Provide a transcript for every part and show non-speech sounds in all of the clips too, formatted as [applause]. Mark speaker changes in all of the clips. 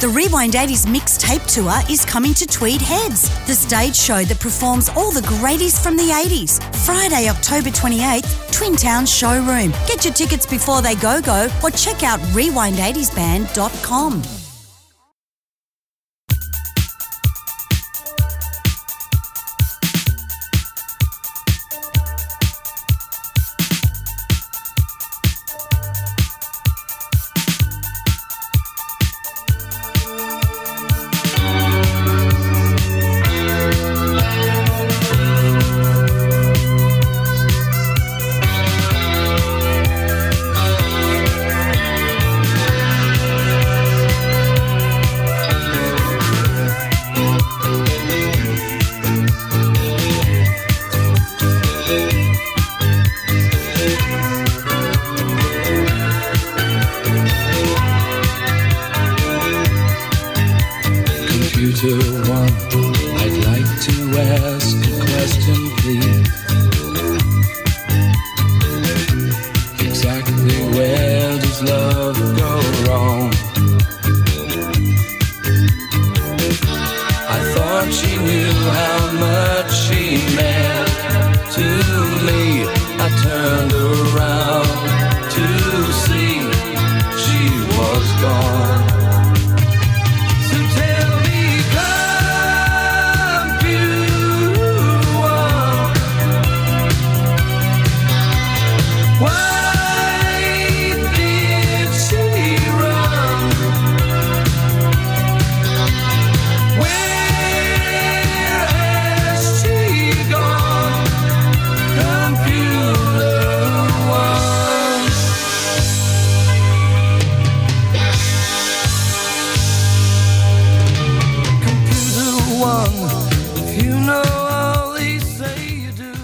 Speaker 1: The Rewind 80s mixtape tour is coming to Tweed Heads, the stage show that performs all the greatest from the 80s. Friday, October 28th, Twin Town Showroom. Get your tickets before they go go or check out rewind80sband.com.
Speaker 2: Computer one, I'd like to ask a question, please. Exactly where does love go wrong? I thought she knew how much she meant to me. I turned around to see she was gone. So tell me, computer, why did she run? Where has she gone? Computer one. Computer one, if you know all they say you do.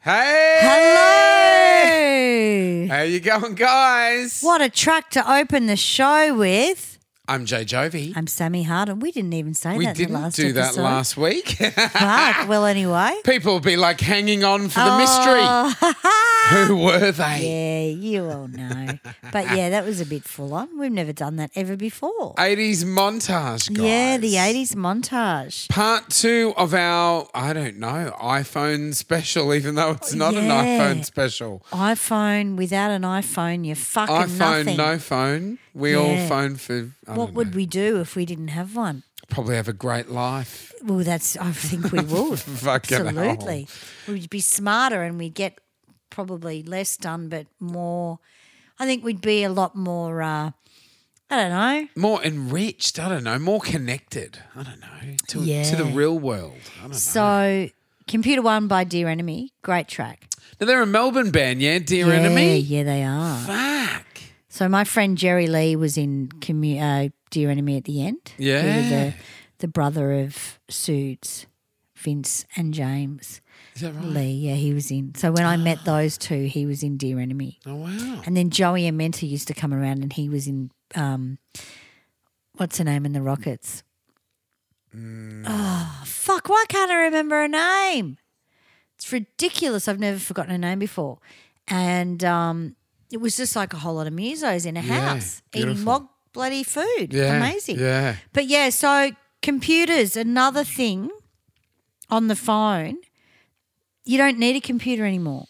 Speaker 3: Hey!
Speaker 1: Hello!
Speaker 3: How you going, guys?
Speaker 1: What a track to open the show with.
Speaker 3: I'm Jay Jovi.
Speaker 1: I'm Sammy Hardin. We didn't even say
Speaker 3: we
Speaker 1: that in the
Speaker 3: didn't
Speaker 1: last
Speaker 3: do that
Speaker 1: episode.
Speaker 3: last week. [laughs]
Speaker 1: Fuck. Well, anyway.
Speaker 3: People will be like hanging on for the
Speaker 1: Oh, [laughs]
Speaker 3: mystery. Who were they?
Speaker 1: yeah, you all know. But yeah, that was a bit full on. We've never done that ever before.
Speaker 3: 80s montage, guys.
Speaker 1: Yeah, the 80s montage.
Speaker 3: Part two of our, I don't know, iPhone special, even though it's not
Speaker 1: Yeah.
Speaker 3: an iPhone special.
Speaker 1: iPhone, without an iPhone, you're fucking
Speaker 3: iPhone,
Speaker 1: nothing.
Speaker 3: no phone. We all
Speaker 1: Yeah.
Speaker 3: phone for. I
Speaker 1: what
Speaker 3: don't
Speaker 1: would
Speaker 3: know,
Speaker 1: we do if we didn't have one?
Speaker 3: uh, probably have a great life?
Speaker 1: Well, that's, I think we would.
Speaker 3: [laughs] Fucking hell.
Speaker 1: Absolutely. We'd be smarter and we'd get probably less done, but more, I think we'd be a lot more, uh, I don't know.
Speaker 3: More enriched. I don't know. More connected. I don't know to, to the
Speaker 1: Yeah.
Speaker 3: real world. I don't know.
Speaker 1: So, Computer One by Dear Enemy, great track.
Speaker 3: Now they're a Melbourne band, yeah. Dear
Speaker 1: yeah,
Speaker 3: Enemy.
Speaker 1: Yeah, they are.
Speaker 3: Fuck.
Speaker 1: So my friend Jerry Lee was in commu- uh, Dear Enemy at the end. He was
Speaker 3: Yeah.
Speaker 1: the, the brother of Suits, Vince and James
Speaker 3: Is that right?
Speaker 1: Lee. Yeah, he was in. So when I
Speaker 3: [gasps]
Speaker 1: met those two, he was in Dear Enemy.
Speaker 3: Oh wow.
Speaker 1: And then Joey Amenta used to come around and he was in, um, what's her name in the Rockets?
Speaker 3: Mm.
Speaker 1: Oh, fuck, why can't I remember her name? It's ridiculous. I've never forgotten her name before. And um, it was just like a whole lot of musos in a
Speaker 3: Yeah,
Speaker 1: house eating
Speaker 3: beautiful.
Speaker 1: mog bloody food.
Speaker 3: Yeah.
Speaker 1: Amazing.
Speaker 3: Yeah.
Speaker 1: But yeah, so computers, another thing on the phone, you don't need a computer anymore.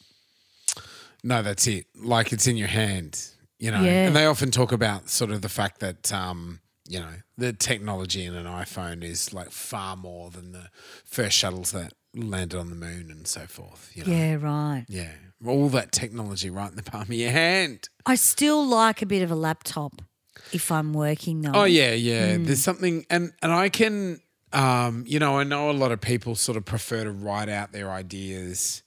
Speaker 3: No, that's it. Like it's in your hand, you know.
Speaker 1: Yeah.
Speaker 3: And they often talk about sort of the fact that um, you know, the technology in an iPhone is like far more than the first shuttles that landed on the moon and so forth, you know.
Speaker 1: Yeah, right.
Speaker 3: Yeah. All that technology right in the palm of your hand.
Speaker 1: I still like a bit of a laptop if I'm working though.
Speaker 3: Oh yeah, yeah.
Speaker 1: Mm.
Speaker 3: There's something, and and I can, um, you know, I know a lot of people sort of prefer to write out their ideas,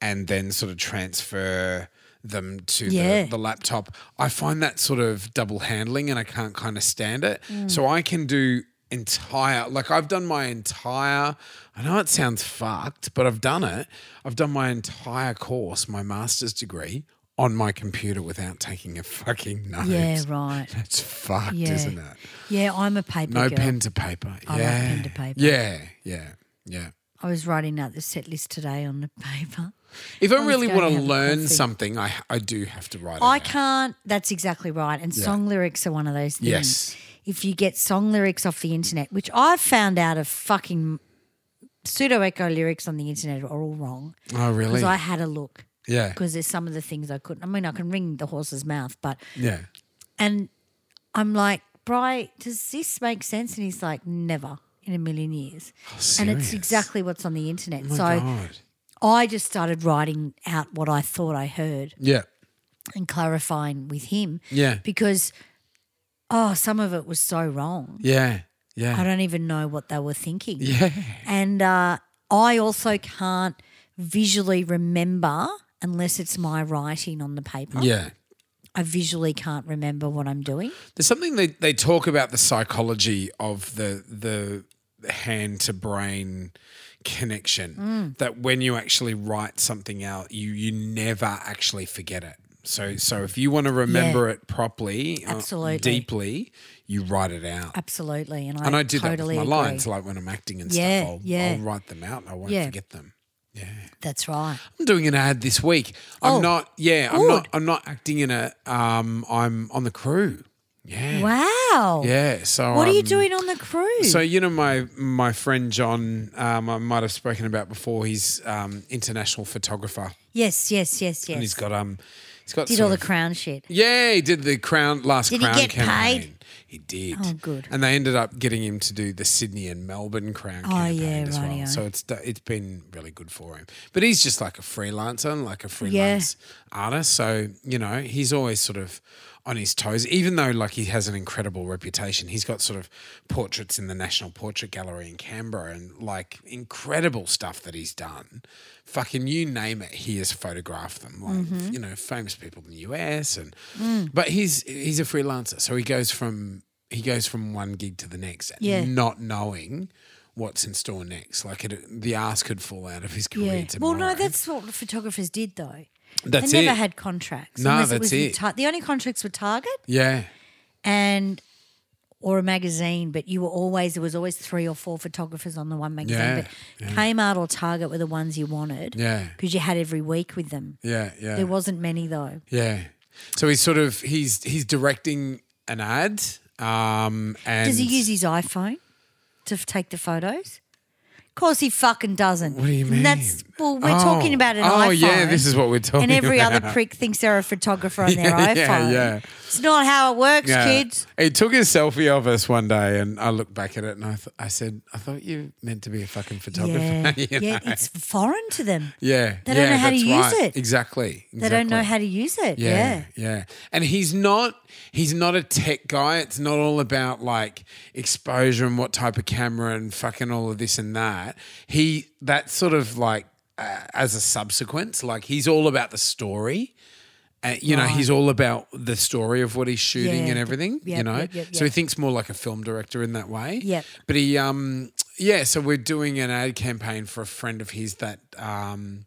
Speaker 3: and then sort of transfer them to
Speaker 1: Yeah.
Speaker 3: the, the laptop. I find that sort of double handling, and I can't kind of stand it.
Speaker 1: Mm.
Speaker 3: So I can do entire like I've done my entire I know it sounds fucked but I've done it I've done my entire course my master's degree on my computer without taking a fucking note
Speaker 1: Yeah, right.
Speaker 3: it's fucked,
Speaker 1: Yeah.
Speaker 3: isn't it?
Speaker 1: Yeah, I'm a paper
Speaker 3: No
Speaker 1: girl.
Speaker 3: pen to paper.
Speaker 1: I like
Speaker 3: yeah.
Speaker 1: pen to paper.
Speaker 3: Yeah, yeah, yeah.
Speaker 1: I was writing out the set list today on the paper.
Speaker 3: If I
Speaker 1: Let's
Speaker 3: really
Speaker 1: go
Speaker 3: want
Speaker 1: and
Speaker 3: to
Speaker 1: have a
Speaker 3: learn
Speaker 1: coffee.
Speaker 3: something, I I do have to write it.
Speaker 1: I
Speaker 3: out.
Speaker 1: can't. That's exactly right. And song lyrics are one of those things.
Speaker 3: Yes.
Speaker 1: If you get song lyrics off the internet, which I've found out of fucking pseudo echo lyrics on the internet are all wrong
Speaker 3: Oh
Speaker 1: because
Speaker 3: really?
Speaker 1: I had a look
Speaker 3: yeah.
Speaker 1: because there's some of the things I couldn't. I mean, I can ring the horse's mouth, but
Speaker 3: Yeah.
Speaker 1: and I'm like, Bry, does this make sense? And he's like, never in a million years. and it's
Speaker 3: Oh, serious?
Speaker 1: exactly what's on the internet.
Speaker 3: Oh,
Speaker 1: so
Speaker 3: my God.
Speaker 1: I just started writing out what I thought I heard
Speaker 3: Yeah.
Speaker 1: and clarifying with him.
Speaker 3: Yeah.
Speaker 1: Because, oh, some of it was so wrong.
Speaker 3: Yeah.
Speaker 1: I
Speaker 3: Yeah.
Speaker 1: don't even know what they were thinking.
Speaker 3: Yeah.
Speaker 1: And uh, I also can't visually remember unless it's my writing on the paper.
Speaker 3: Yeah.
Speaker 1: I visually can't remember what I'm doing.
Speaker 3: There's something they, they talk about the psychology of the the hand to brain connection.
Speaker 1: Mm.
Speaker 3: That when you actually write something out, you you never actually forget it. So so if you want to remember it properly, uh,
Speaker 1: Absolutely.
Speaker 3: deeply, you write it out.
Speaker 1: Absolutely. And I,
Speaker 3: and I do
Speaker 1: totally
Speaker 3: that with my
Speaker 1: agree.
Speaker 3: lines, like when I'm acting and
Speaker 1: Yeah,
Speaker 3: stuff. I'll,
Speaker 1: yeah.
Speaker 3: I'll write them out. and I won't
Speaker 1: Yeah.
Speaker 3: forget them.
Speaker 1: That's right.
Speaker 3: I'm doing an ad this week. I'm
Speaker 1: Oh,
Speaker 3: not. Yeah, I'm
Speaker 1: good.
Speaker 3: not. I'm not acting in a. Um, I'm on the crew. Yeah.
Speaker 1: Wow.
Speaker 3: Yeah. So
Speaker 1: What are you
Speaker 3: um,
Speaker 1: doing on the cruise?
Speaker 3: So you know my my friend John, um, I might have spoken about before. He's um, international photographer,
Speaker 1: yes, yes, yes, yes.
Speaker 3: and he's got um, he's got
Speaker 1: Did
Speaker 3: sort
Speaker 1: all the
Speaker 3: of-
Speaker 1: crown shit.
Speaker 3: yeah, he did the crown last
Speaker 1: Did he
Speaker 3: crown
Speaker 1: get
Speaker 3: campaign.
Speaker 1: paid?
Speaker 3: He did.
Speaker 1: Oh, good.
Speaker 3: And they ended up getting him to do the Sydney and Melbourne crown
Speaker 1: Oh,
Speaker 3: campaign
Speaker 1: yeah,
Speaker 3: as
Speaker 1: rightio.
Speaker 3: well. So it's d- it's been really good for him. But he's just like a freelancer, and like a freelance artist. So you know he's always sort of on his toes, even though like he has an incredible reputation. He's got sort of portraits in the National Portrait Gallery in Canberra, and like incredible stuff that he's done. Fucking you name it, he has photographed them. Like
Speaker 1: Mm-hmm.
Speaker 3: you know, famous people in the US, and
Speaker 1: Mm.
Speaker 3: but he's he's a freelancer, so he goes from he goes from one gig to the next,
Speaker 1: Yeah.
Speaker 3: not knowing what's in store next. Like it, the ass could fall out of his career tomorrow.
Speaker 1: Well, no, that's what photographers did though.
Speaker 3: That's
Speaker 1: they never
Speaker 3: it.
Speaker 1: had contracts.
Speaker 3: No,
Speaker 1: unless
Speaker 3: that's
Speaker 1: it. Was in
Speaker 3: it.
Speaker 1: Tar- the only contracts were Target
Speaker 3: yeah,
Speaker 1: and or a magazine, but you were always there was always three or four photographers on the one magazine.
Speaker 3: Yeah,
Speaker 1: but Kmart or Target were the ones you wanted.
Speaker 3: Yeah.
Speaker 1: Because you had every week with them.
Speaker 3: yeah, yeah.
Speaker 1: There wasn't many though.
Speaker 3: Yeah. So he's sort of he's he's directing an ad. Um and
Speaker 1: Does he use his iPhone to f- take the photos? Of course he fucking doesn't. What
Speaker 3: do you mean?
Speaker 1: That's well, we're
Speaker 3: Oh.
Speaker 1: talking about an
Speaker 3: Oh,
Speaker 1: iPhone.
Speaker 3: yeah, this is what we're talking
Speaker 1: And every other
Speaker 3: about.
Speaker 1: prick thinks they're a photographer
Speaker 3: [laughs]
Speaker 1: on their
Speaker 3: Yeah,
Speaker 1: iPhone.
Speaker 3: yeah, yeah.
Speaker 1: It's not how it works,
Speaker 3: Yeah.
Speaker 1: kids.
Speaker 3: He took a selfie of us one day and I looked back at it and I th- I said, I thought you meant to be a fucking photographer. [laughs]
Speaker 1: Yeah,
Speaker 3: You
Speaker 1: yeah,
Speaker 3: know?
Speaker 1: it's foreign to them.
Speaker 3: yeah.
Speaker 1: They don't
Speaker 3: yeah,
Speaker 1: know how to
Speaker 3: that's
Speaker 1: use
Speaker 3: right.
Speaker 1: it.
Speaker 3: Exactly.
Speaker 1: They don't know
Speaker 3: exactly.
Speaker 1: how to use it. Yeah,
Speaker 3: Yeah, yeah. And he's not he's not a tech guy. It's not all about like exposure and what type of camera and fucking all of this and that. He that's sort of like uh, as a subsequence, like he's all about the story. Uh, you know, he's all about the story of what he's shooting
Speaker 1: Oh. Yeah.
Speaker 3: and everything. you
Speaker 1: Yep,
Speaker 3: know,
Speaker 1: yep, yep,
Speaker 3: so he
Speaker 1: yep.
Speaker 3: thinks more like a film director in that way.
Speaker 1: Yep.
Speaker 3: But he, um, yeah. So we're doing an ad campaign for a friend of his that um,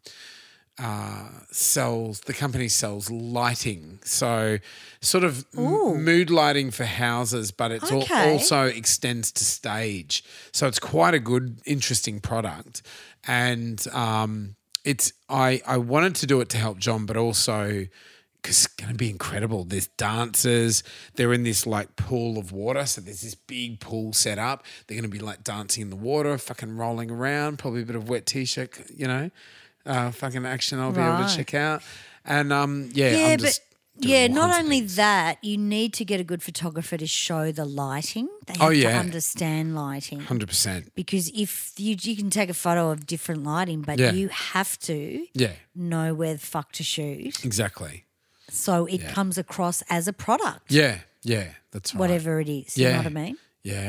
Speaker 3: sells the company sells lighting so sort of m- mood lighting for houses but it's al-
Speaker 1: Okay.
Speaker 3: also extends to stage so it's quite a good interesting product and um, it's I, I wanted to do it to help john but also because it's going to be incredible there's dancers they're in this like pool of water so there's this big pool set up they're going to be like dancing in the water fucking rolling around probably a bit of wet t-shirt you know uh, fucking action I'll be able
Speaker 1: Right.
Speaker 3: to check out. And um, yeah,
Speaker 1: Yeah,
Speaker 3: I'm
Speaker 1: but
Speaker 3: just doing
Speaker 1: yeah,
Speaker 3: all
Speaker 1: not
Speaker 3: kinds of
Speaker 1: only
Speaker 3: things.
Speaker 1: that, you need to get a good photographer to show the lighting. They have
Speaker 3: Oh,
Speaker 1: to
Speaker 3: yeah.
Speaker 1: understand lighting.
Speaker 3: 100%.
Speaker 1: Because if you you can take a photo of different lighting, but
Speaker 3: Yeah.
Speaker 1: you have to
Speaker 3: Yeah,
Speaker 1: know where the fuck to shoot.
Speaker 3: exactly.
Speaker 1: So it comes across as a product,
Speaker 3: Yeah, yeah, that's right.
Speaker 1: whatever it is. You know
Speaker 3: Yeah.
Speaker 1: what I mean?
Speaker 3: Yeah,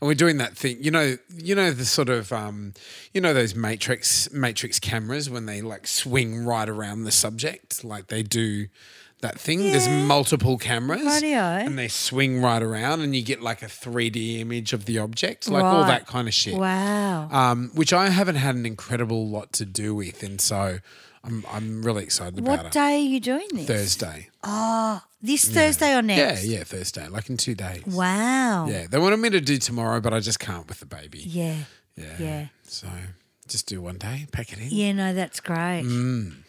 Speaker 3: and we're doing that thing. You know, you know the sort of, um, you know those matrix matrix cameras when they like swing right around the subject, like they do that thing. There's multiple cameras,
Speaker 1: Rightio.
Speaker 3: and they swing right around, and you get like a 3D image of the object, like all
Speaker 1: Right.
Speaker 3: that kind of shit.
Speaker 1: Wow.
Speaker 3: um, which I haven't had an incredible lot to do with, and so I'm I'm really excited
Speaker 1: what
Speaker 3: about
Speaker 1: day are you doing this?
Speaker 3: it. Thursday,
Speaker 1: This Thursday or
Speaker 3: yeah,
Speaker 1: next?
Speaker 3: yeah, Thursday, like in two days.
Speaker 1: Wow. Oh.
Speaker 3: Yeah, they wanted me to do tomorrow, but I just can't with the baby.
Speaker 1: Yeah.
Speaker 3: Yeah,
Speaker 1: yeah.
Speaker 3: So Just do one day, pack it in.
Speaker 1: Yeah, no, that's great.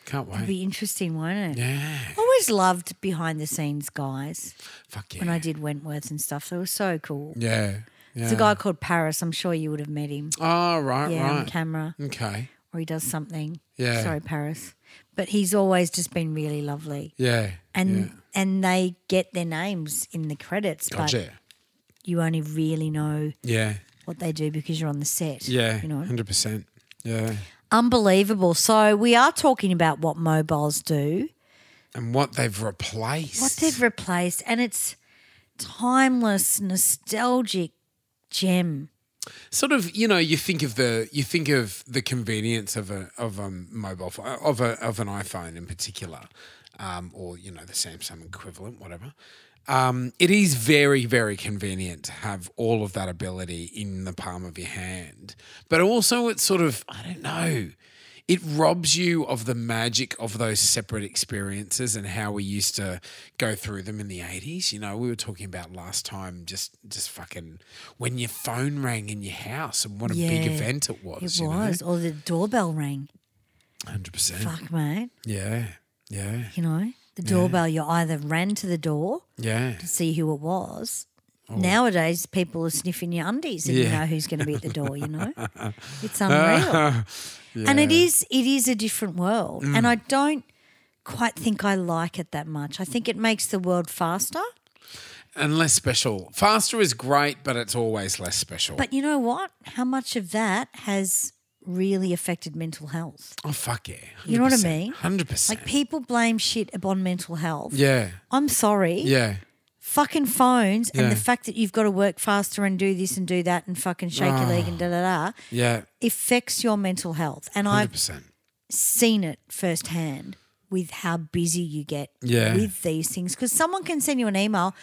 Speaker 3: Can't
Speaker 1: It'd
Speaker 3: wait.
Speaker 1: be interesting, won't it?
Speaker 3: Mm. Yeah.
Speaker 1: I always loved behind the scenes guys
Speaker 3: Fuck yeah.
Speaker 1: when I did Wentworth and stuff. They were so cool.
Speaker 3: Yeah. Yeah.
Speaker 1: There's a guy called Paris. I'm sure you would have met him.
Speaker 3: Oh, right,
Speaker 1: yeah, on
Speaker 3: right.
Speaker 1: camera.
Speaker 3: Okay.
Speaker 1: Or he does something.
Speaker 3: Yeah.
Speaker 1: Sorry, Paris. But he's always just been really lovely.
Speaker 3: Yeah.
Speaker 1: And
Speaker 3: yeah.
Speaker 1: and they get their names in the credits, but
Speaker 3: Gotcha.
Speaker 1: you only really know
Speaker 3: Yeah.
Speaker 1: what they do because you're on the set.
Speaker 3: Yeah.
Speaker 1: You know.
Speaker 3: Hundred percent. Yeah.
Speaker 1: Unbelievable. So we are talking about what mobiles do,
Speaker 3: And what they've replaced.
Speaker 1: what they've replaced, and it's timeless, nostalgic gem.
Speaker 3: sort of you know you think of the you think of the convenience of a of a mobile phone of a of an iPhone in particular, um, or you know the Samsung equivalent, whatever. Um, it is very very convenient to have all of that ability in the palm of your hand, but also it's sort of I don't know. It robs you of the magic of those separate experiences and how we used to go through them in the 80s. You know, we were talking about last time just just fucking when your phone rang in your house and what a big
Speaker 1: Yeah,
Speaker 3: event it was.
Speaker 1: It
Speaker 3: you know?
Speaker 1: was. Or the doorbell rang.
Speaker 3: 100%.
Speaker 1: Fuck, mate.
Speaker 3: Yeah. Mm. Yeah.
Speaker 1: You know, the doorbell, you either ran to the door
Speaker 3: Yeah.
Speaker 1: to see who it was. Nowadays, people are sniffing your undies and you
Speaker 3: Yeah.
Speaker 1: know who's going to be at the door, you
Speaker 3: [laughs]
Speaker 1: know? It's unreal. And it is it is a different world. And
Speaker 3: Mm.
Speaker 1: I don't quite think I like it that much. I think it makes the world faster.
Speaker 3: And less special. Faster is great, but it's always less special.
Speaker 1: But you know what? How much of that has really affected mental health?
Speaker 3: oh, fuck yeah.
Speaker 1: You know what I
Speaker 3: 100%,
Speaker 1: mean?
Speaker 3: 100%.
Speaker 1: Like people blame shit upon mental health.
Speaker 3: yeah.
Speaker 1: I'm sorry.
Speaker 3: Yeah.
Speaker 1: fucking phones and
Speaker 3: Yeah.
Speaker 1: the fact that you've got to work faster and do this and do that and fucking shake your leg
Speaker 3: Ah.
Speaker 1: and da da da
Speaker 3: Yeah.
Speaker 1: affects your mental health. And i have
Speaker 3: 100%.
Speaker 1: seen it firsthand with how busy you get
Speaker 3: Yeah.
Speaker 1: with these things because someone can send you an email.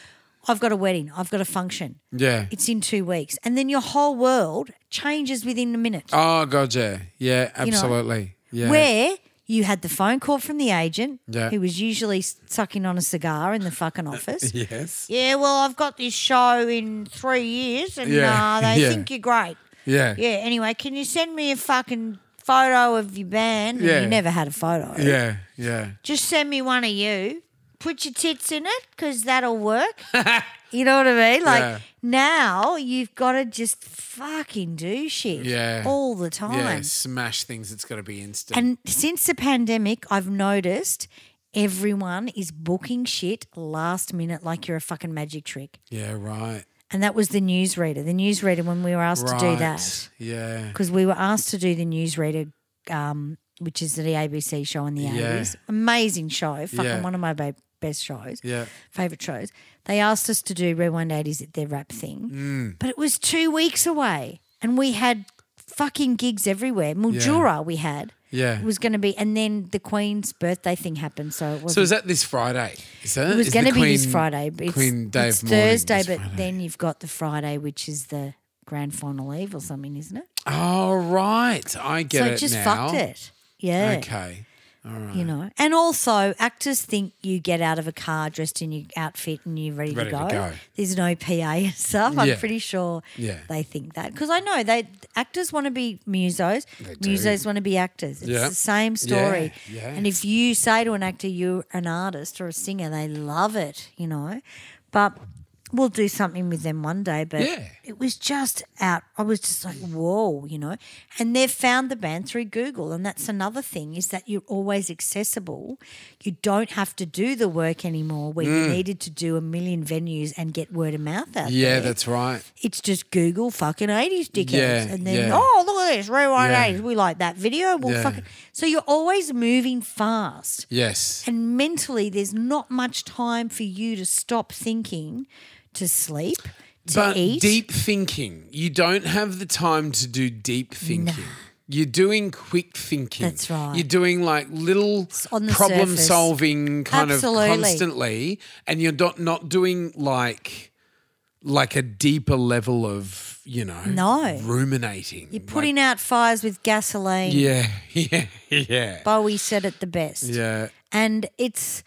Speaker 1: I've got a wedding. I've got a function.
Speaker 3: Yeah.
Speaker 1: It's in two weeks, and then your whole world changes within a minute.
Speaker 3: Oh god, yeah, yeah,
Speaker 1: You know,
Speaker 3: absolutely, yeah,
Speaker 1: Where you had the phone call from the agent,
Speaker 3: Yeah.
Speaker 1: who was usually sucking on a cigar in the fucking office,
Speaker 3: yes,
Speaker 1: Yeah, well, I've got this show in three years, and
Speaker 3: Yeah,
Speaker 1: uh, they
Speaker 3: yeah.
Speaker 1: think you're great.
Speaker 3: yeah,
Speaker 1: Yeah. Anyway, can you send me a fucking photo of your band? And
Speaker 3: Yeah.
Speaker 1: You never had a photo.
Speaker 3: yeah, yeah,
Speaker 1: Just send me one of you. Put your tits in it, because that'll work.
Speaker 3: [laughs]
Speaker 1: you know what I mean? Like
Speaker 3: Yeah.
Speaker 1: now, you've got to just fucking do shit.
Speaker 3: Yeah.
Speaker 1: All the time.
Speaker 3: yeah. Smash things. It's got to be instant.
Speaker 1: And since the pandemic, I've noticed everyone is booking shit last minute, like you're a fucking magic trick.
Speaker 3: yeah, right,
Speaker 1: And that was the newsreader. The newsreader when we were asked
Speaker 3: right.
Speaker 1: to do that
Speaker 3: Yeah,
Speaker 1: because we were asked to do the newsreader, um, which is the ABC show in the
Speaker 3: Yeah.
Speaker 1: eighties. Amazing show, fucking
Speaker 3: Yeah.
Speaker 1: one of my ba- best shows,
Speaker 3: yeah,
Speaker 1: favorite shows. They asked us to do Rewind Eighties at their rap thing,
Speaker 3: Mm.
Speaker 1: but it was two weeks away, and we had fucking gigs everywhere. Mildura we had
Speaker 3: yeah.
Speaker 1: it was going to be, and then the Queen's birthday thing happened, so it was.
Speaker 3: so is that this Friday? Is that
Speaker 1: It was
Speaker 3: is
Speaker 1: going
Speaker 3: the
Speaker 1: to be this
Speaker 3: Queen-
Speaker 1: Friday. But it's,
Speaker 3: Queen Day
Speaker 1: it's
Speaker 3: of Mourning this
Speaker 1: Thursday, but
Speaker 3: Friday?
Speaker 1: then you've got the Friday, which is the grand final eve or something, isn't it?
Speaker 3: Oh right, I get
Speaker 1: so
Speaker 3: it
Speaker 1: it just
Speaker 3: now.
Speaker 1: fucked it. Yeah.
Speaker 3: Okay.
Speaker 1: You know, and also actors think you get out of a car dressed in your outfit and you're ready,
Speaker 3: Ready to
Speaker 1: to, go.
Speaker 3: go.
Speaker 1: There's no PA and stuff.
Speaker 3: Yeah.
Speaker 1: I'm pretty sure
Speaker 3: Yeah.
Speaker 1: they think that because I know they actors want to be musos,
Speaker 3: do.
Speaker 1: musos want to be actors. It's
Speaker 3: Yeah.
Speaker 1: the same story.
Speaker 3: Yeah, yeah.
Speaker 1: And if you say to an actor you're an artist or a singer, they love it. You know, but we'll do something with them one day. But
Speaker 3: Yeah.
Speaker 1: it was just out. I was just like, whoa, you know. And they've found the band through Google. And that's another thing is that you're always accessible. You don't have to do the work anymore where you needed to do a million venues and get word of mouth out.
Speaker 3: Mm. Yeah,
Speaker 1: there.
Speaker 3: that's right.
Speaker 1: It's just Google fucking 80s dickheads.
Speaker 3: Yeah,
Speaker 1: and then,
Speaker 3: yeah.
Speaker 1: oh, look at this, rewind
Speaker 3: Yeah.
Speaker 1: 80s. We like that video. We'll
Speaker 3: Yeah.
Speaker 1: fucking. So you're always moving fast.
Speaker 3: Yes.
Speaker 1: And mentally, there's not much time for you to stop thinking, to sleep, to
Speaker 3: but
Speaker 1: eat.
Speaker 3: deep thinking. You don't have the time to do deep thinking. You're doing quick thinking.
Speaker 1: That's right.
Speaker 3: You're doing like little
Speaker 1: on the
Speaker 3: problem
Speaker 1: surface.
Speaker 3: solving kind
Speaker 1: Absolutely.
Speaker 3: of constantly, and you're not not doing like like a deeper level of you know
Speaker 1: No.
Speaker 3: ruminating. You're
Speaker 1: Putting out fires with gasoline.
Speaker 3: yeah [laughs] yeah yeah
Speaker 1: Bowie said it the best.
Speaker 3: yeah
Speaker 1: And it's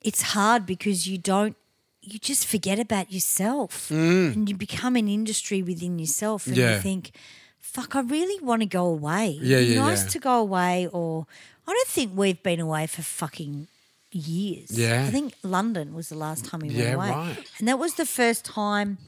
Speaker 1: it's hard because you don't you just forget about yourself and you become an industry within yourself and
Speaker 3: Mm. Yeah.
Speaker 1: you think fuck, I really want to go away.
Speaker 3: Yeah,
Speaker 1: It'd be
Speaker 3: yeah,
Speaker 1: Nice
Speaker 3: yeah.
Speaker 1: to go away, or I don't think we've been away for fucking years.
Speaker 3: Yeah.
Speaker 1: I think London was the last time we went
Speaker 3: Yeah,
Speaker 1: away,
Speaker 3: right.
Speaker 1: and that was the first time.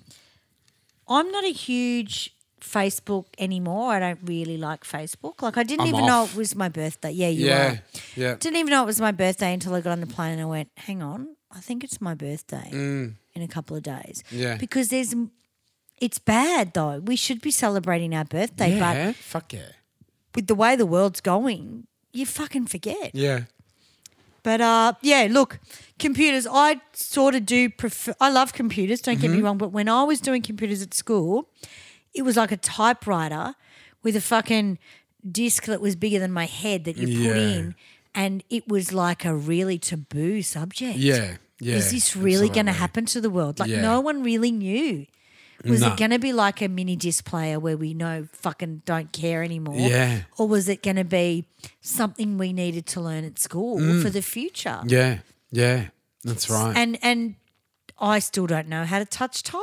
Speaker 1: I'm not a huge Facebook anymore. I don't really like Facebook. Like I didn't
Speaker 3: I'm
Speaker 1: even know
Speaker 3: off.
Speaker 1: it was my birthday. Yeah, you
Speaker 3: yeah,
Speaker 1: are.
Speaker 3: yeah.
Speaker 1: Didn't even know it was my birthday until I got on the plane and I went, hang on, I think it's my birthday in a couple of days.
Speaker 3: Mm. Yeah.
Speaker 1: Because there's, it's bad though. We should be celebrating our birthday,
Speaker 3: yeah,
Speaker 1: but
Speaker 3: fuck yeah,
Speaker 1: with the way the world's going, you fucking forget.
Speaker 3: yeah,
Speaker 1: But uh, yeah, look, computers, I sort of do prefer, I love computers, don't get me
Speaker 3: Mm-hmm.
Speaker 1: wrong, but when I was doing computers at school, it was like a typewriter with a fucking disc that was bigger than my head that you
Speaker 3: Yeah.
Speaker 1: put in. And it was like a really taboo subject.
Speaker 3: yeah, yeah.
Speaker 1: Is this really going to
Speaker 3: absolutely.
Speaker 1: happen to the world? Like,
Speaker 3: Yeah.
Speaker 1: no one really knew. Was
Speaker 3: No.
Speaker 1: it going to be like a mini disc player where we know fucking don't care anymore?
Speaker 3: Yeah.
Speaker 1: Or was it going to be something we needed to learn at school for the future?
Speaker 3: Mm. Yeah, yeah, that's right.
Speaker 1: And and I still don't know how to touch type,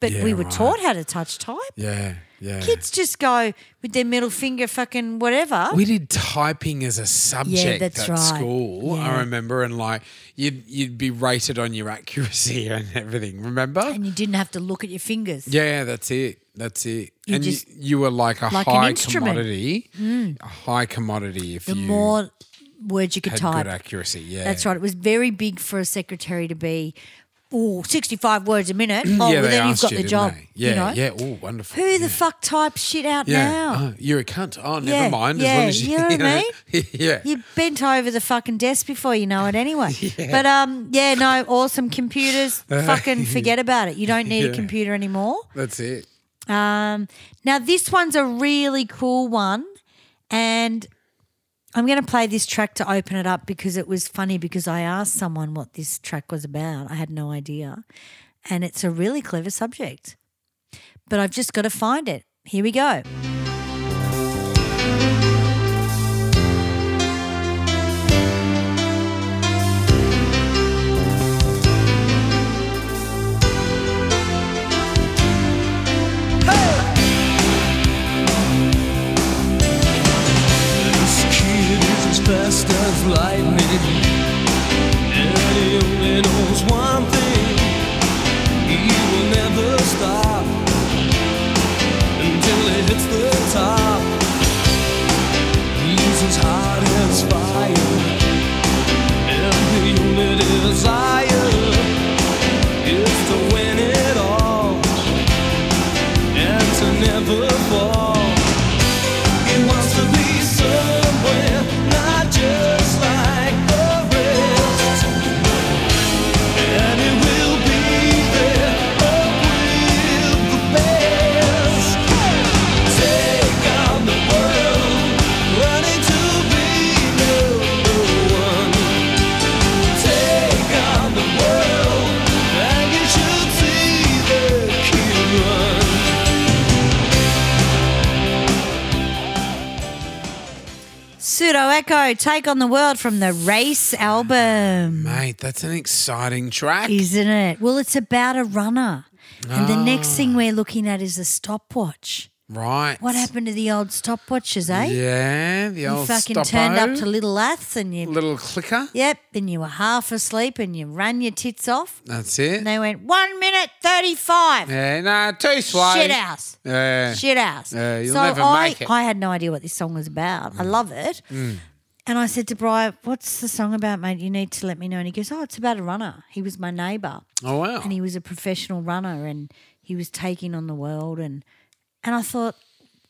Speaker 1: but
Speaker 3: Yeah,
Speaker 1: we were
Speaker 3: right.
Speaker 1: taught how to touch type.
Speaker 3: yeah, yeah.
Speaker 1: Kids just go with their middle finger, fucking whatever.
Speaker 3: We did typing as a subject
Speaker 1: that's
Speaker 3: at
Speaker 1: right.
Speaker 3: school. I
Speaker 1: Yeah.
Speaker 3: remember, and like you'd you'd be rated on your accuracy [laughs] and everything. Remember?
Speaker 1: and you didn't have to look at your fingers.
Speaker 3: yeah, that's it. That's it.
Speaker 1: You
Speaker 3: and
Speaker 1: just-
Speaker 3: you, you were like a
Speaker 1: Like an
Speaker 3: high
Speaker 1: instrument. Hmm.
Speaker 3: commodity. A high commodity if
Speaker 1: the
Speaker 3: you
Speaker 1: more words you could
Speaker 3: had
Speaker 1: type.
Speaker 3: good accuracy. Yeah,
Speaker 1: That's right. It was very big for a secretary to be, oh, 65 words a minute. Oh,
Speaker 3: [clears throat] yeah,
Speaker 1: well,
Speaker 3: they
Speaker 1: then you've
Speaker 3: asked
Speaker 1: got
Speaker 3: you,
Speaker 1: the
Speaker 3: didn't
Speaker 1: job.
Speaker 3: they?
Speaker 1: you know?
Speaker 3: Yeah, yeah. Oh, wonderful.
Speaker 1: Who
Speaker 3: yeah.
Speaker 1: the fuck types shit out
Speaker 3: Yeah.
Speaker 1: now?
Speaker 3: Oh, you're a cunt. Oh, never
Speaker 1: Yeah,
Speaker 3: mind.
Speaker 1: yeah,
Speaker 3: As long as you, [laughs]
Speaker 1: you know what I
Speaker 3: yeah.
Speaker 1: You bent over the fucking desk before you know it anyway.
Speaker 3: [laughs]
Speaker 1: But um, yeah, no, awesome computers. fucking forget about it. You don't need
Speaker 3: [laughs] Yeah.
Speaker 1: a computer anymore.
Speaker 3: That's it.
Speaker 1: Um, now this one's a really cool one, and I'm going to play this track to open it up because it was funny because I asked someone what this track was about. I had no idea, and it's a really clever subject, but I've just got to find it. Here we go.
Speaker 2: This kid is as fast as lightning. And he only knows one thing. He will never stop until he hits the top. He's as hot as fire. And the only desire is to win it all. And to never fall. He wants to be somewhere, not just like the rest. And he will be there, up with the best. Take on the world, running to be number one. Take on the world, and you should see the kid run.
Speaker 1: Pseudo Echo, Take on the World from the Race album,
Speaker 3: Mate, that's an exciting track.
Speaker 1: isn't it? Well, it's about a runner. And the next thing we're looking at is a stopwatch.
Speaker 3: right.
Speaker 1: What happened to the old stopwatches, eh?
Speaker 3: Yeah, the
Speaker 1: you
Speaker 3: old
Speaker 1: fucking
Speaker 3: stoppo,
Speaker 1: turned up to little aths and you,
Speaker 3: little clicker.
Speaker 1: yep, and you were half asleep and you ran your tits off.
Speaker 3: That's it.
Speaker 1: And they went, one minute 35.
Speaker 3: Yeah, no, too slow.
Speaker 1: Shit house.
Speaker 3: Yeah.
Speaker 1: Shit house.
Speaker 3: Yeah, you'll
Speaker 1: so
Speaker 3: never
Speaker 1: I,
Speaker 3: make it. Mm.
Speaker 1: I had no idea what this song was about. I love it. And I said to Brian, what's the song about, mate? You need to let me know. And he goes, oh, it's about a runner. He was my neighbour.
Speaker 3: Oh wow.
Speaker 1: and he was a professional runner and he was taking on the world and and I thought,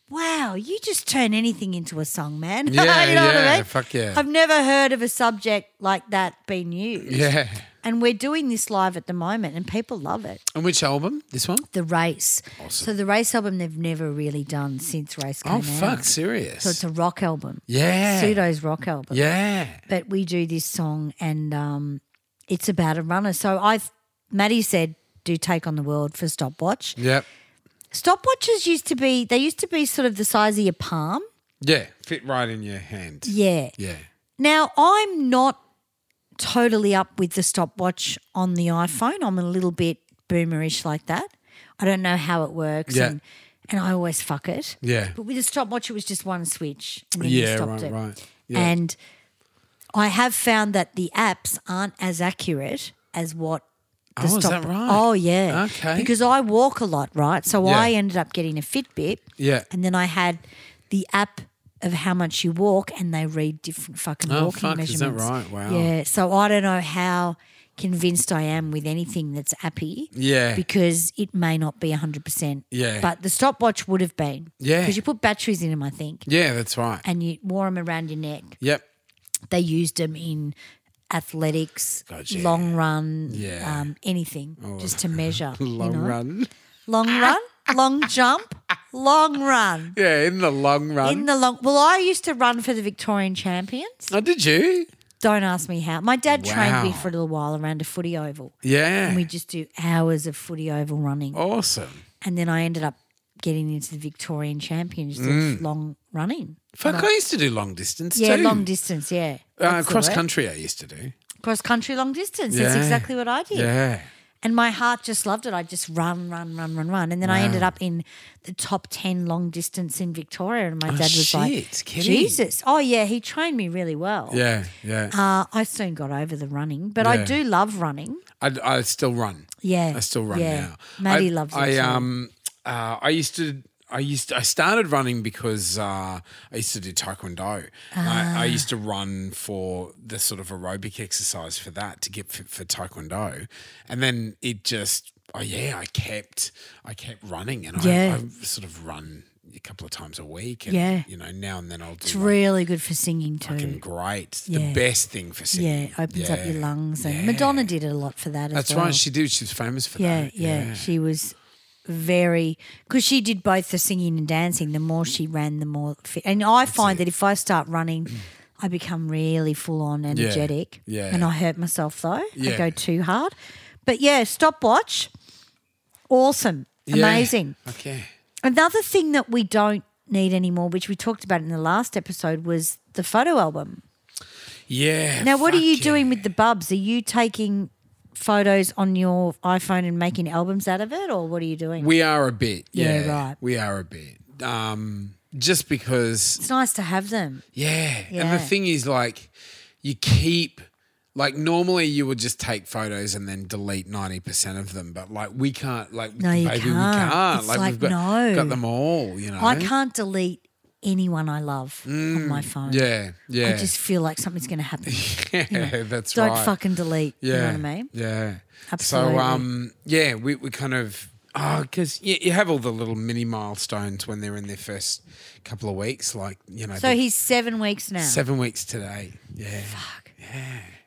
Speaker 1: wow, you just turn anything into a song, man. [laughs]
Speaker 3: Yeah,
Speaker 1: you know what
Speaker 3: yeah,
Speaker 1: I mean?
Speaker 3: fuck yeah.
Speaker 1: I've never heard of a subject like that being used.
Speaker 3: yeah.
Speaker 1: And we're doing this live at the moment and people love it.
Speaker 3: And which album? This one?
Speaker 1: The race. So the race album they've never really done since race came
Speaker 3: Oh
Speaker 1: out.
Speaker 3: fuck,
Speaker 1: So it's
Speaker 3: serious.
Speaker 1: a rock album.
Speaker 3: Yeah.
Speaker 1: Pseudo's rock album
Speaker 3: Yeah.
Speaker 1: but we do this song and um, it's about a runner. So I've Maddie said do take on the world for stopwatch.
Speaker 3: Yep.
Speaker 1: Stopwatches used to be they used to be sort of the size of your palm.
Speaker 3: Yeah. Fit right in your hand.
Speaker 1: Yeah.
Speaker 3: Yeah.
Speaker 1: Now I'm not totally up with the stopwatch on the iPhone. I'm a little bit boomerish like that. I don't know how it works
Speaker 3: Yeah.
Speaker 1: and and I always fuck it.
Speaker 3: Yeah.
Speaker 1: But with a stopwatch, it was just one switch. And then you
Speaker 3: Yeah,
Speaker 1: stopped
Speaker 3: right,
Speaker 1: it.
Speaker 3: right. Yeah.
Speaker 1: And I have found that the apps aren't as accurate as what. The
Speaker 3: Oh, is that
Speaker 1: stopwa-
Speaker 3: right?
Speaker 1: Oh, yeah.
Speaker 3: Okay.
Speaker 1: Because I walk a lot, right? So
Speaker 3: Yeah.
Speaker 1: I ended up getting a Fitbit.
Speaker 3: Yeah.
Speaker 1: And then I had the app of how much you walk, and they read different fucking
Speaker 3: Oh,
Speaker 1: walking
Speaker 3: fuck, is
Speaker 1: measurements.
Speaker 3: that right? Wow.
Speaker 1: Yeah. So I don't know how convinced I am with anything that's appy.
Speaker 3: Yeah.
Speaker 1: Because it may not be hundred percent.
Speaker 3: Yeah.
Speaker 1: But the stopwatch would have been.
Speaker 3: Yeah.
Speaker 1: Because you put batteries in them, I think,
Speaker 3: Yeah, that's right.
Speaker 1: and you wore them around your neck.
Speaker 3: Yep.
Speaker 1: They used them in athletics,
Speaker 3: Gotcha.
Speaker 1: long run,
Speaker 3: Yeah. Oh.
Speaker 1: um, anything, just to
Speaker 3: [laughs]
Speaker 1: measure. you
Speaker 3: Long
Speaker 1: know?
Speaker 3: run.
Speaker 1: long run,
Speaker 3: [laughs]
Speaker 1: long jump, long run.
Speaker 3: Yeah, in the long run.
Speaker 1: In the long, well, I used to run for the Victorian champions.
Speaker 3: oh, did you?
Speaker 1: Don't ask me how. My dad trained me
Speaker 3: Wow.
Speaker 1: for a little while around a footy oval.
Speaker 3: Yeah. Oh.
Speaker 1: And we just do hours of footy oval running.
Speaker 3: awesome.
Speaker 1: And then I ended up getting into the Victorian champions of long running.
Speaker 3: Fuck, I used to do long distance
Speaker 1: Yeah,
Speaker 3: Mm. too.
Speaker 1: long distance. Yeah.
Speaker 3: Uh,
Speaker 1: That's the
Speaker 3: cross
Speaker 1: word.
Speaker 3: country, I used to do.
Speaker 1: Cross country long distance. That's
Speaker 3: Yeah.
Speaker 1: exactly what I did.
Speaker 3: Yeah.
Speaker 1: And my heart just loved it. I just run, run, run, run, run. And then I ended up in the top 10 long distance in Victoria. And my dad was
Speaker 3: Oh, shit,
Speaker 1: like,
Speaker 3: kidding.
Speaker 1: Jesus. Oh, yeah. He trained me really well.
Speaker 3: Yeah. Yeah.
Speaker 1: Uh, I soon got over the running, but I
Speaker 3: Yeah.
Speaker 1: do love running.
Speaker 3: I, I still run.
Speaker 1: Yeah.
Speaker 3: I still run
Speaker 1: yeah.
Speaker 3: now.
Speaker 1: Maddie
Speaker 3: I,
Speaker 1: loves it.
Speaker 3: I
Speaker 1: too.
Speaker 3: um uh, I used to I used to, I started running because uh, I used to do taekwondo. And
Speaker 1: Ah.
Speaker 3: I, I used to run for the sort of aerobic exercise for that to get fit for taekwondo, and then it just oh yeah I kept I kept running and
Speaker 1: Yeah.
Speaker 3: I, I sort of run a couple of times a week. And,
Speaker 1: Yeah.
Speaker 3: you know now and then I'll do.
Speaker 1: It's
Speaker 3: like,
Speaker 1: really good for singing too.
Speaker 3: fucking great.
Speaker 1: Yeah.
Speaker 3: The best thing for
Speaker 1: yeah,
Speaker 3: singing.
Speaker 1: opens up your
Speaker 3: Yeah.
Speaker 1: lungs. And
Speaker 3: Yeah.
Speaker 1: Madonna did it a lot for that as
Speaker 3: That's
Speaker 1: well.
Speaker 3: right. She did. She's famous for
Speaker 1: yeah,
Speaker 3: that.
Speaker 1: yeah, She was very because she did both the singing and dancing. The more she ran, the more fit. And I find that if I start running, I become really full on energetic.
Speaker 3: yeah.
Speaker 1: and I hurt myself though. I
Speaker 3: Yeah.
Speaker 1: go too hard. But yeah, stopwatch, awesome,
Speaker 3: Yeah.
Speaker 1: amazing.
Speaker 3: Okay.
Speaker 1: Another thing that we don't need anymore, which we talked about in the last episode, was the photo album.
Speaker 3: Yeah.
Speaker 1: Now, what are
Speaker 3: fuck
Speaker 1: you
Speaker 3: yeah.
Speaker 1: doing with the bubs? Are you taking photos on your iPhone and making albums out of it, or what are you doing?
Speaker 3: We are a bit.
Speaker 1: Yeah,
Speaker 3: Yeah,
Speaker 1: right.
Speaker 3: We are a bit. Um, just because.
Speaker 1: it's nice to have them.
Speaker 3: Yeah. And the
Speaker 1: Yeah.
Speaker 3: thing is, like, you keep. Like normally you would just take photos and then delete ninety percent of them, but like we can't, like
Speaker 1: No, you
Speaker 3: baby, we
Speaker 1: can't.
Speaker 3: can't.
Speaker 1: It's
Speaker 3: like,
Speaker 1: like,
Speaker 3: we've got,
Speaker 1: no.
Speaker 3: got them all, you know.
Speaker 1: I can't delete anyone I love on my phone.
Speaker 3: Mm, Yeah, yeah,
Speaker 1: I
Speaker 3: [laughs]
Speaker 1: just feel like something's going to happen.
Speaker 3: yeah. That's
Speaker 1: Don't
Speaker 3: right.
Speaker 1: fucking delete.
Speaker 3: Yeah.
Speaker 1: You know what I mean?
Speaker 3: Yeah.
Speaker 1: Absolutely.
Speaker 3: So um yeah, we, we kind of oh, because you, you have all the little mini milestones when they're in their first couple of weeks, like you know.
Speaker 1: So
Speaker 3: the
Speaker 1: he's seven weeks now.
Speaker 3: seven weeks today. Yeah. [laughs]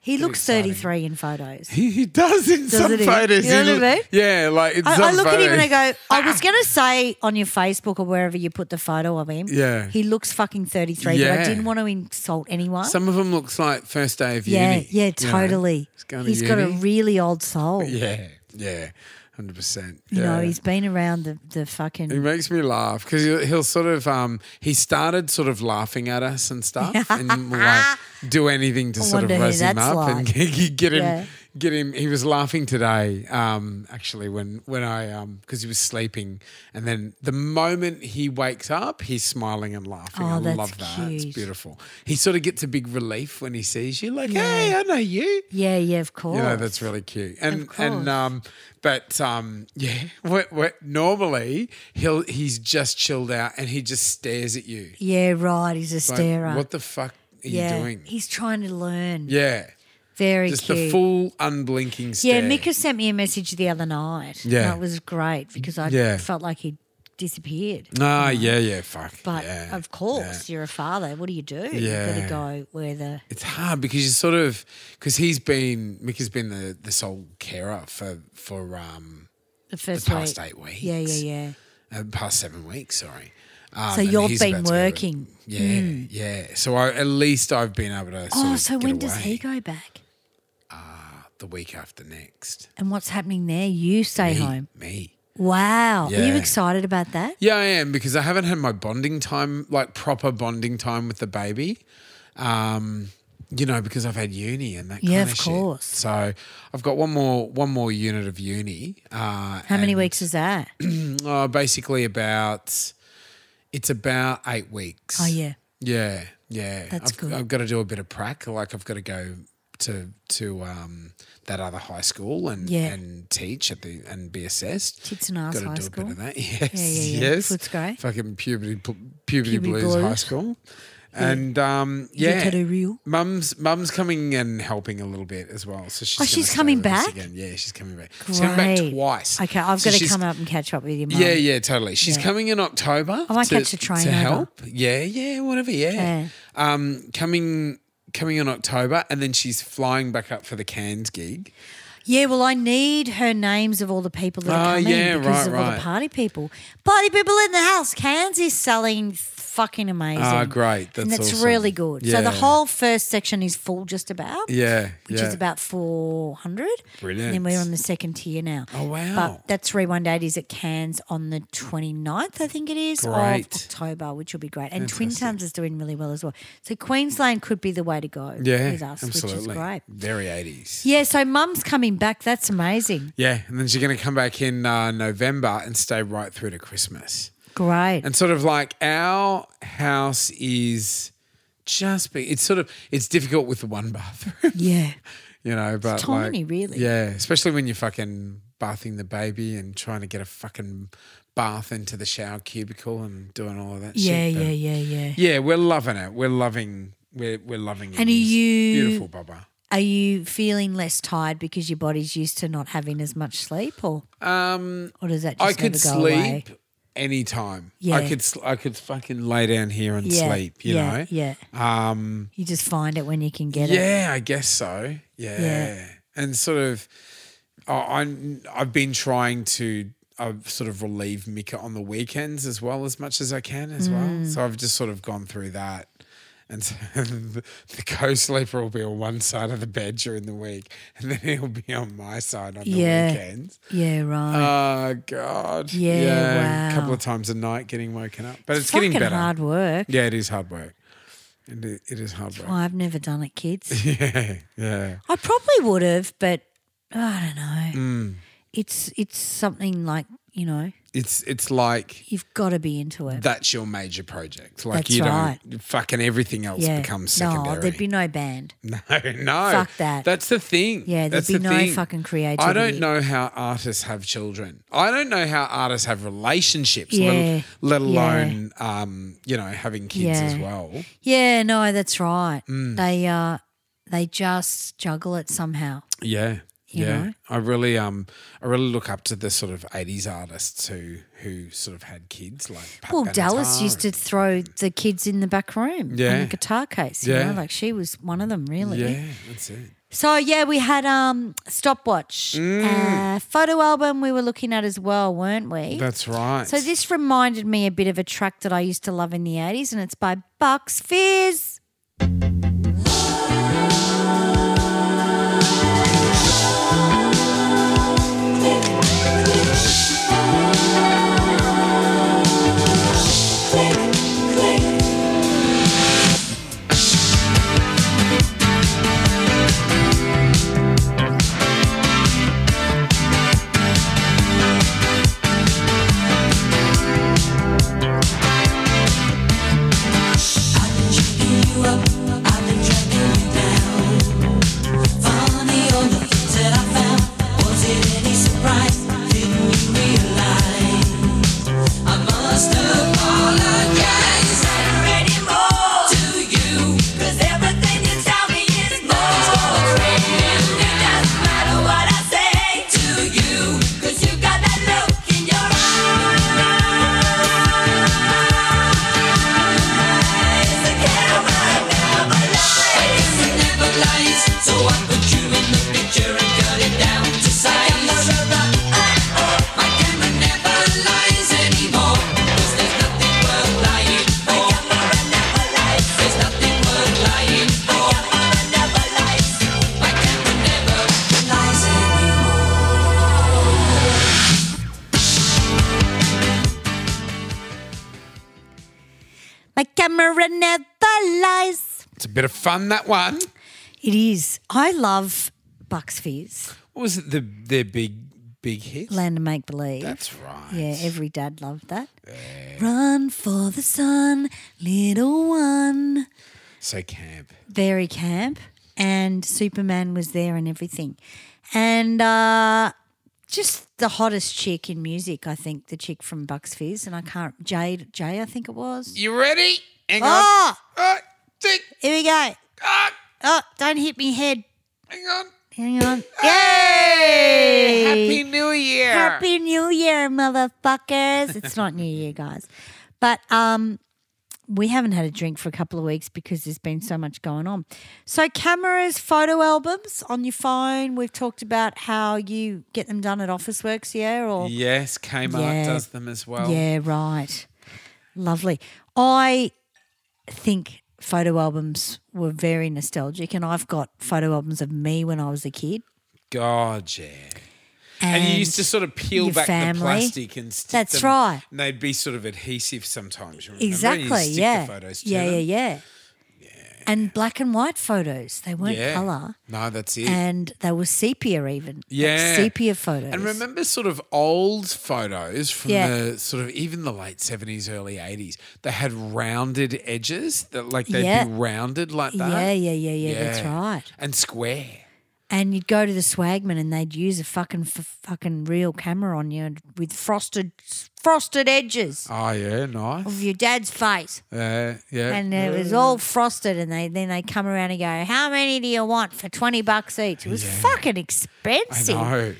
Speaker 1: he looks
Speaker 3: exciting.
Speaker 1: 33 in photos.
Speaker 3: He, he does in some
Speaker 1: Doesn't he?
Speaker 3: photos.
Speaker 1: You know
Speaker 3: He
Speaker 1: what I
Speaker 3: lo-
Speaker 1: mean?
Speaker 3: Yeah, like in some
Speaker 1: I, I look at him and I
Speaker 3: photos.
Speaker 1: go, I was going to say on your Facebook or wherever you put the photo of him,
Speaker 3: Yeah.
Speaker 1: he looks fucking 33, but I
Speaker 3: Yeah.
Speaker 1: didn't want to insult anyone.
Speaker 3: Some of them looks like first day of
Speaker 1: yeah,
Speaker 3: uni.
Speaker 1: yeah,
Speaker 3: you know.
Speaker 1: totally.
Speaker 3: He's going to
Speaker 1: He's got a
Speaker 3: uni.
Speaker 1: really old soul.
Speaker 3: Yeah, yeah, hundred percent.
Speaker 1: You know, he's been around the, the fucking.
Speaker 3: He makes me laugh because he'll, he'll sort of um, he started sort of laughing at us and
Speaker 1: [laughs]
Speaker 3: stuff, and we'll, like do anything to sort of
Speaker 1: wonder who
Speaker 3: raise him
Speaker 1: that's
Speaker 3: up
Speaker 1: like.
Speaker 3: and [laughs] get, get him
Speaker 1: Yeah.
Speaker 3: get him. He was laughing today, um, actually, when when I um because he was sleeping, and then the moment he wakes up, he's smiling and laughing.
Speaker 1: Oh,
Speaker 3: I
Speaker 1: that's
Speaker 3: love that.
Speaker 1: cute.
Speaker 3: It's beautiful. He sort of gets a big relief when he sees you, like, hey, I know you.
Speaker 1: Yeah, yeah, of course.
Speaker 3: You know, that's really cute. And
Speaker 1: Oh. course.
Speaker 3: and um, but um, yeah. What, what, normally he'll he's just chilled out and he just stares at you.
Speaker 1: Yeah, right. He's a
Speaker 3: Like,
Speaker 1: starer.
Speaker 3: What the fuck are
Speaker 1: yeah,
Speaker 3: you doing?
Speaker 1: he's trying to learn.
Speaker 3: yeah,
Speaker 1: Very
Speaker 3: just
Speaker 1: cute.
Speaker 3: the full unblinking
Speaker 1: yeah,
Speaker 3: stare.
Speaker 1: Mika sent me a message the other night. and
Speaker 3: Yeah.
Speaker 1: it was great because I
Speaker 3: Yeah.
Speaker 1: felt like he disappeared.
Speaker 3: Ah, yeah, yeah, fuck.
Speaker 1: Oh. But
Speaker 3: yeah,
Speaker 1: of course, you're a father. What do you do? You've
Speaker 3: Yeah.
Speaker 1: got to go where the
Speaker 3: It's hard because you sort of because he's been Mika's been the the sole carer for for um
Speaker 1: the first
Speaker 3: past
Speaker 1: week.
Speaker 3: eight weeks.
Speaker 1: Yeah, yeah, yeah.
Speaker 3: uh, past seven weeks. Sorry. Um,
Speaker 1: So
Speaker 3: and
Speaker 1: you've
Speaker 3: he's
Speaker 1: been
Speaker 3: about to go to-
Speaker 1: working. Hmm.
Speaker 3: Yeah, yeah. So I, at least I've been able to. Sort
Speaker 1: Oh,
Speaker 3: of
Speaker 1: so
Speaker 3: get
Speaker 1: when does
Speaker 3: away
Speaker 1: he go back?
Speaker 3: The week after next.
Speaker 1: And what's happening there? You stay
Speaker 3: Me,
Speaker 1: home.
Speaker 3: Me.
Speaker 1: Wow. Are you
Speaker 3: Yeah.
Speaker 1: excited about that?
Speaker 3: Yeah, I am because I haven't had my bonding time, like proper bonding time with the baby. Um, you know, because I've had uni and that.
Speaker 1: Yeah,
Speaker 3: kind
Speaker 1: of
Speaker 3: of
Speaker 1: course.
Speaker 3: Shit. So I've got one more one more unit of uni. Uh,
Speaker 1: How many weeks is
Speaker 3: [clears throat]
Speaker 1: that?
Speaker 3: Uh, basically, about it's about eight weeks.
Speaker 1: Oh, yeah.
Speaker 3: yeah, yeah.
Speaker 1: That's
Speaker 3: I've,
Speaker 1: good.
Speaker 3: I've got to do a bit of prac. Like I've got to go to to um, that other high school and
Speaker 1: Yeah.
Speaker 3: and teach at the and be assessed.
Speaker 1: Tits and ass
Speaker 3: Gotta
Speaker 1: high
Speaker 3: do
Speaker 1: school.
Speaker 3: a bit of that. [laughs] Yes,
Speaker 1: yeah, yeah.
Speaker 3: yes.
Speaker 1: Footscray.
Speaker 3: Fucking puberty, pu- puberty,
Speaker 1: Puberty
Speaker 3: blues,
Speaker 1: blues.
Speaker 3: high school. And um,
Speaker 1: You
Speaker 3: yeah,
Speaker 1: got a real-
Speaker 3: mum's mum's coming and helping a little bit as well. So she's
Speaker 1: Oh,
Speaker 3: gonna
Speaker 1: she's
Speaker 3: stay
Speaker 1: coming
Speaker 3: with us
Speaker 1: back?
Speaker 3: again. Yeah, she's coming back. She's coming back
Speaker 1: Great.
Speaker 3: twice.
Speaker 1: Okay, I've
Speaker 3: So
Speaker 1: got to
Speaker 3: she's-
Speaker 1: come up and catch up with you, Mum.
Speaker 3: Yeah, yeah, totally. She's
Speaker 1: Um, Yeah.
Speaker 3: coming in October.
Speaker 1: I might
Speaker 3: to-
Speaker 1: catch a train
Speaker 3: to
Speaker 1: over.
Speaker 3: help. Yeah, yeah, whatever. Yeah,
Speaker 1: Yeah.
Speaker 3: Um, coming coming in October, and then she's flying back up for the Cairns gig.
Speaker 1: Yeah, well, I need her names of all the people that are
Speaker 3: Oh,
Speaker 1: coming
Speaker 3: yeah,
Speaker 1: because of
Speaker 3: right,
Speaker 1: all the
Speaker 3: right.
Speaker 1: party people. Party people in the house. Cairns is selling fucking amazing.
Speaker 3: Ah, great.
Speaker 1: and
Speaker 3: That's
Speaker 1: that's
Speaker 3: awesome.
Speaker 1: really good. So
Speaker 3: Yeah.
Speaker 1: the whole first section is full just about.
Speaker 3: Yeah,
Speaker 1: Which
Speaker 3: yeah.
Speaker 1: is about 400.
Speaker 3: Brilliant.
Speaker 1: And then we're on the second tier now.
Speaker 3: Oh, wow.
Speaker 1: But that's Rewind80s at Cairns on the 29th, I think it is,
Speaker 3: Great.
Speaker 1: of October, which will be great. And Twin Towns is doing really well as well. So Queensland could be the way to go
Speaker 3: Yeah,
Speaker 1: with us,
Speaker 3: absolutely.
Speaker 1: which is great.
Speaker 3: Very eighties.
Speaker 1: Yeah, so mum's coming back. That's amazing.
Speaker 3: Yeah, and then she's going to come back in uh, November and stay right through to Christmas.
Speaker 1: Great.
Speaker 3: And sort of like our house is just big. It's sort of it's difficult with the one bathroom,
Speaker 1: yeah.
Speaker 3: you know. But like-
Speaker 1: tiny, really.
Speaker 3: Yeah, especially when you're fucking bathing the baby and trying to get a fucking bath into the shower cubicle and doing all of that.
Speaker 1: Yeah,
Speaker 3: shit. But
Speaker 1: yeah, yeah, yeah.
Speaker 3: yeah. We're loving it. We're loving. We're we're loving it.
Speaker 1: And are
Speaker 3: It's
Speaker 1: you-
Speaker 3: beautiful, Bubba?
Speaker 1: Are you feeling less tired because your body's used to not having as much sleep or
Speaker 3: Um,
Speaker 1: or does that just
Speaker 3: I could
Speaker 1: never go
Speaker 3: sleep
Speaker 1: away?
Speaker 3: anytime.
Speaker 1: Yeah.
Speaker 3: I could sl- I could fucking lay down here and
Speaker 1: Yeah,
Speaker 3: sleep, you
Speaker 1: yeah,
Speaker 3: know.
Speaker 1: Yeah.
Speaker 3: Um
Speaker 1: You just find it when you can get it.
Speaker 3: yeah, I guess so. Yeah. And sort of I I'm- I've been trying to I've sort of relieve Mika on the weekends as well as much as I can as well.
Speaker 1: Mm.
Speaker 3: So I've just sort of gone through that. And so [laughs] the co-sleeper will be on one side of the bed during the week, and then he'll be on my side on the
Speaker 1: Yeah.
Speaker 3: weekends.
Speaker 1: Yeah, right.
Speaker 3: Oh god.
Speaker 1: Yeah,
Speaker 3: A
Speaker 1: wow.
Speaker 3: couple of times a night getting woken up. But it's,
Speaker 1: It's
Speaker 3: getting
Speaker 1: fucking
Speaker 3: better.
Speaker 1: hard work.
Speaker 3: Yeah, it is hard work. It is, it is hard work.
Speaker 1: Well, I've never done it,
Speaker 3: [laughs]
Speaker 1: kids.
Speaker 3: Yeah, yeah.
Speaker 1: I probably would have, but I don't know.
Speaker 3: Mm.
Speaker 1: It's it's something like, you know,
Speaker 3: It's it's like
Speaker 1: you've got to be into it.
Speaker 3: that's your major project. Like
Speaker 1: That's
Speaker 3: you
Speaker 1: right.
Speaker 3: don't fucking everything else
Speaker 1: yeah.
Speaker 3: becomes secondary.
Speaker 1: no, there'd be no band.
Speaker 3: No, [laughs] no.
Speaker 1: Fuck that.
Speaker 3: That's the thing.
Speaker 1: Yeah, there'd
Speaker 3: That's
Speaker 1: be
Speaker 3: the
Speaker 1: no
Speaker 3: thing.
Speaker 1: fucking
Speaker 3: I
Speaker 1: creativity.
Speaker 3: don't know how artists have children. I don't know how artists have relationships,
Speaker 1: Yeah.
Speaker 3: let, let
Speaker 1: Yeah.
Speaker 3: alone, um, you know, having kids as
Speaker 1: Yeah.
Speaker 3: well.
Speaker 1: Yeah, no, that's right.
Speaker 3: Mm.
Speaker 1: They uh they just juggle it somehow.
Speaker 3: Yeah. yeah.
Speaker 1: know?
Speaker 3: I really um I really look up to the sort of eighties artists who who sort of had kids like Pat
Speaker 1: Well,
Speaker 3: Benatar
Speaker 1: Dallas used to
Speaker 3: and-
Speaker 1: throw the kids in the back room on
Speaker 3: Yeah.
Speaker 1: the guitar case. You
Speaker 3: Yeah.
Speaker 1: know, like she was one of them, really.
Speaker 3: Yeah, that's it.
Speaker 1: So yeah, we had um stopwatch
Speaker 3: Mm.
Speaker 1: uh, photo album we were looking at as well, weren't we?
Speaker 3: That's right.
Speaker 1: so this reminded me a bit of a track that I used to love in the eighties, and it's by Bucks Fizz.
Speaker 4: Cause you got that look in your eyes. So I put you in the picture and cut it down to size. My camera never lies anymore. 'Cause there's nothing worth lying for. There's nothing worth lying for. My camera never lies anymore.
Speaker 1: My camera never lies.
Speaker 3: it's a bit of fun that one.
Speaker 1: It is. I love Bucks Fizz,
Speaker 3: What was it? The their big big hit.
Speaker 1: Land and Make Believe.
Speaker 3: That's right.
Speaker 1: Yeah, every dad loved that. Run for the sun, little one.
Speaker 3: so camp.
Speaker 1: Very camp, and Superman was there and everything, and uh, just the hottest chick in music. I think the chick from Bucks Fizz, and I can't Jade Jay. I think it was.
Speaker 3: You ready? Hang on.
Speaker 1: Oh,
Speaker 3: Ah, tick,
Speaker 1: here we go.
Speaker 3: ah,
Speaker 1: Oh, don't hit me head.
Speaker 3: hang on.
Speaker 1: Hang on.
Speaker 3: Hey!
Speaker 1: Yay!
Speaker 3: Happy New Year.
Speaker 1: Happy New Year, motherfuckers. It's not New Year, guys. But um we haven't had a drink for a couple of weeks because there's been so much going on. So cameras, photo albums on your phone. We've talked about how you get them done at Office Works, yeah, or
Speaker 3: Yes, Kmart
Speaker 1: Yeah.
Speaker 3: does them as well.
Speaker 1: yeah, right. Lovely. I think photo albums were very nostalgic, and I've got photo albums of me when I was a kid.
Speaker 3: God, yeah. And, you used to sort of peel
Speaker 1: your
Speaker 3: back the
Speaker 1: family.
Speaker 3: plastic and stick
Speaker 1: That's
Speaker 3: them-
Speaker 1: right.
Speaker 3: And they'd be sort of adhesive sometimes. you Remember? You
Speaker 1: Exactly.
Speaker 3: stick
Speaker 1: yeah.
Speaker 3: The photos to
Speaker 1: yeah,
Speaker 3: them.
Speaker 1: yeah, yeah, And black and white photos. They weren't
Speaker 3: Yeah.
Speaker 1: color,
Speaker 3: No, that's it.
Speaker 1: and they were sepia even. like
Speaker 3: Yeah.
Speaker 1: sepia photos.
Speaker 3: And remember sort of old photos from
Speaker 1: Yeah.
Speaker 3: the sort of even the late 70s, early 80s. They had rounded edges that like they'd
Speaker 1: Yeah.
Speaker 3: be rounded like that.
Speaker 1: Yeah, yeah, yeah, yeah, That's
Speaker 3: Yeah.
Speaker 1: right.
Speaker 3: And square.
Speaker 1: And you'd go to the swagman, and they'd use a fucking f- fucking real camera on you and with frosted frosted edges
Speaker 3: Oh, yeah, nice.
Speaker 1: of your dad's face,
Speaker 3: Uh, yeah.
Speaker 1: and it was all frosted. And they then they come around and go, "How many do you want for twenty bucks each?" It was fucking
Speaker 3: I
Speaker 1: expensive
Speaker 3: know.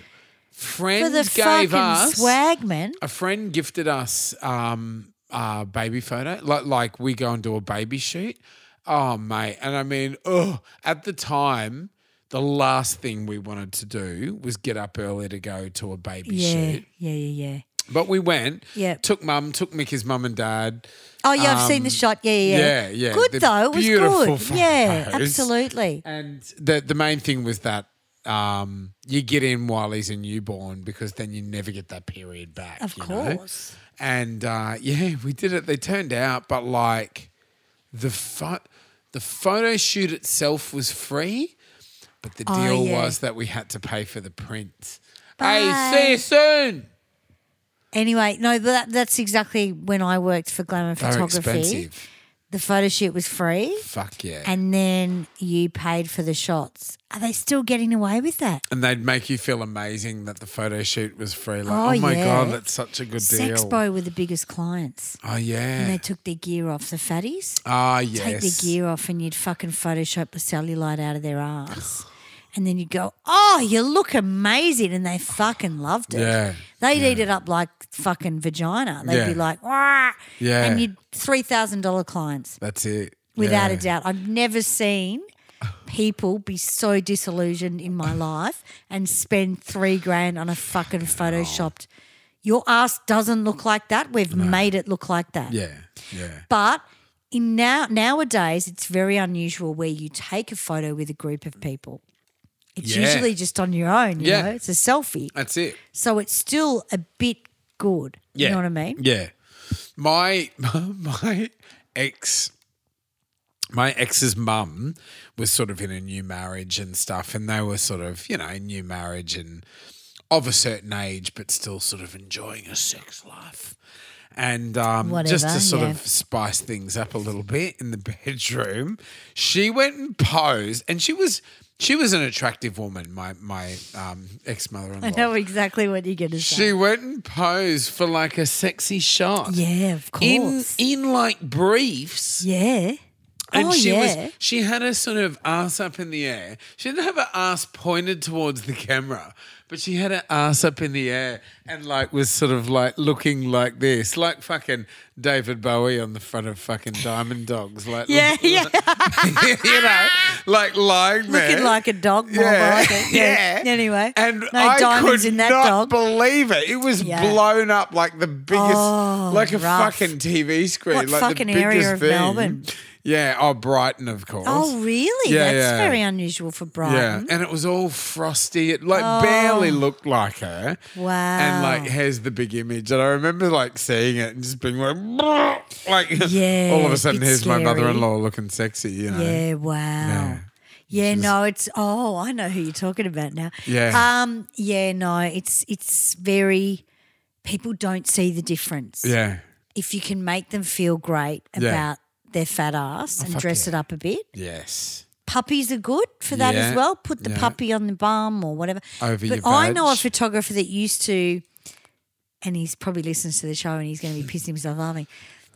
Speaker 1: for
Speaker 3: Friends
Speaker 1: the
Speaker 3: gave
Speaker 1: fucking
Speaker 3: us
Speaker 1: swagman.
Speaker 3: a friend gifted us um a baby photo. Like like we go and do a baby shoot. Oh mate. And I mean, oh at the time, the last thing we wanted to do was get up early to go to a baby
Speaker 1: Yeah,
Speaker 3: shoot.
Speaker 1: yeah, yeah, yeah.
Speaker 3: But we went,
Speaker 1: Yeah.
Speaker 3: took mum, took Mickey's mum and dad.
Speaker 1: Oh yeah, I've seen the shot. Yeah, yeah,
Speaker 3: Um, yeah, yeah.
Speaker 1: Good
Speaker 3: They're
Speaker 1: though. It was
Speaker 3: beautiful
Speaker 1: good. Yeah,
Speaker 3: photos.
Speaker 1: absolutely.
Speaker 3: And the the main thing was that um, you get in while he's a newborn because then you never get that period back.
Speaker 1: Of
Speaker 3: you know?
Speaker 1: course.
Speaker 3: And uh, yeah, we did it. They turned out, but like the pho- the photo shoot itself was free, but the
Speaker 1: Oh,
Speaker 3: deal
Speaker 1: yeah.
Speaker 3: was that we had to pay for the print.
Speaker 1: Bye.
Speaker 3: Hey, see you soon.
Speaker 1: Anyway, no, but that, that's exactly when I worked for Glamour
Speaker 3: Very
Speaker 1: Photography.
Speaker 3: expensive.
Speaker 1: The photo shoot was free,
Speaker 3: Fuck yeah.
Speaker 1: and
Speaker 3: And,
Speaker 1: then you paid for the shots. Are they still getting away with that?
Speaker 3: they'd make you feel amazing that the photo shoot was free. Like, oh,
Speaker 1: Oh,
Speaker 3: my
Speaker 1: yeah.
Speaker 3: god, that's such a good deal.
Speaker 1: Sexpo were the biggest clients,
Speaker 3: Oh
Speaker 1: and they
Speaker 3: yeah.
Speaker 1: took their gear off. The fatties
Speaker 3: Ah yes.
Speaker 1: take their gear off, and you'd fucking Photoshop the cellulite out of their arse. And then you'd go, oh, you look amazing. And they fucking loved it.
Speaker 3: Yeah.
Speaker 1: They'd eat it up like fucking vagina. They'd be
Speaker 3: Yeah.
Speaker 1: like, Wah!
Speaker 3: Yeah.
Speaker 1: And you'd three thousand dollar clients
Speaker 3: That's it.
Speaker 1: without a
Speaker 3: Yeah.
Speaker 1: doubt. I've never seen people be so disillusioned in my life and spend three grand on a fucking photoshopped. Your ass doesn't look like that. We've made it look like that.
Speaker 3: Yeah. Yeah.
Speaker 1: But in now nowadays, it's very unusual where you take a photo with a group of people. It's
Speaker 3: Yeah.
Speaker 1: usually just on your own. You
Speaker 3: Yeah.
Speaker 1: know, it's a selfie.
Speaker 3: That's it.
Speaker 1: So it's still a bit good.
Speaker 3: Yeah.
Speaker 1: You know what I mean?
Speaker 3: Yeah. My [laughs] my ex my ex's mum was sort of in a new marriage and stuff and they were sort of, you know, new marriage and of a certain age but still sort of enjoying a sex life. And um, just
Speaker 1: Whatever,
Speaker 3: to sort
Speaker 1: yeah.
Speaker 3: of spice things up a little bit in the [laughs] bedroom, she went and posed, and she was she was an attractive woman. My my um, ex mother in law.
Speaker 1: I know exactly what you're going to say.
Speaker 3: She went and posed for like a sexy shot.
Speaker 1: yeah, of
Speaker 3: In
Speaker 1: course.
Speaker 3: in like briefs.
Speaker 1: yeah.
Speaker 3: And
Speaker 1: oh,
Speaker 3: she
Speaker 1: yeah.
Speaker 3: was she had her sort of ass up in the air. She didn't have her ass pointed towards the camera, but she had her ass up in the air and like was sort of like looking like this, like fucking David Bowie on the front of fucking Diamond Dogs.
Speaker 1: [laughs]
Speaker 3: Like
Speaker 1: yeah,
Speaker 3: [laughs]
Speaker 1: yeah.
Speaker 3: you know, like lying there.
Speaker 1: Looking like a dog. more like it.
Speaker 3: yeah.
Speaker 1: Anyway.
Speaker 3: and
Speaker 1: no
Speaker 3: I
Speaker 1: diamonds
Speaker 3: could
Speaker 1: in that
Speaker 3: not
Speaker 1: dog.
Speaker 3: believe it. It was
Speaker 1: Yeah.
Speaker 3: blown up like the biggest,
Speaker 1: Oh,
Speaker 3: like a
Speaker 1: rough.
Speaker 3: fucking TV screen,
Speaker 1: What
Speaker 3: like
Speaker 1: fucking
Speaker 3: the biggest
Speaker 1: area of
Speaker 3: thing.
Speaker 1: Melbourne?
Speaker 3: Yeah, oh Brighton, of course.
Speaker 1: oh, really?
Speaker 3: Yeah,
Speaker 1: That's
Speaker 3: yeah.
Speaker 1: very unusual for
Speaker 3: Yeah,
Speaker 1: Brighton. Oh.
Speaker 3: and it was all frosty. It like barely looked like her.
Speaker 1: Wow.
Speaker 3: And like, here's the big image. And I remember like seeing it and just being like, [laughs] "Bruh," like
Speaker 1: Yeah,
Speaker 3: all of a sudden,
Speaker 1: bit
Speaker 3: here's my
Speaker 1: scary.
Speaker 3: mother-in-law looking sexy. You know,
Speaker 1: Yeah, wow. Yeah. Yeah, no, it's oh, I know who you're talking about now.
Speaker 3: Yeah.
Speaker 1: Um, yeah, no, it's it's very people don't see the difference.
Speaker 3: Yeah.
Speaker 1: If you can make them feel great
Speaker 3: Yeah. Oh,
Speaker 1: about their fat ass and
Speaker 3: fuck
Speaker 1: dress
Speaker 3: yeah.
Speaker 1: it up a bit.
Speaker 3: Yes.
Speaker 1: Puppies are good for that
Speaker 3: Yeah,
Speaker 1: as well. Put the
Speaker 3: yeah.
Speaker 1: puppy on the bum or whatever.
Speaker 3: Over
Speaker 1: but
Speaker 3: your
Speaker 1: I know a
Speaker 3: vag.
Speaker 1: photographer that used to and he's probably listens to the show and he's going to be pissing himself laughing.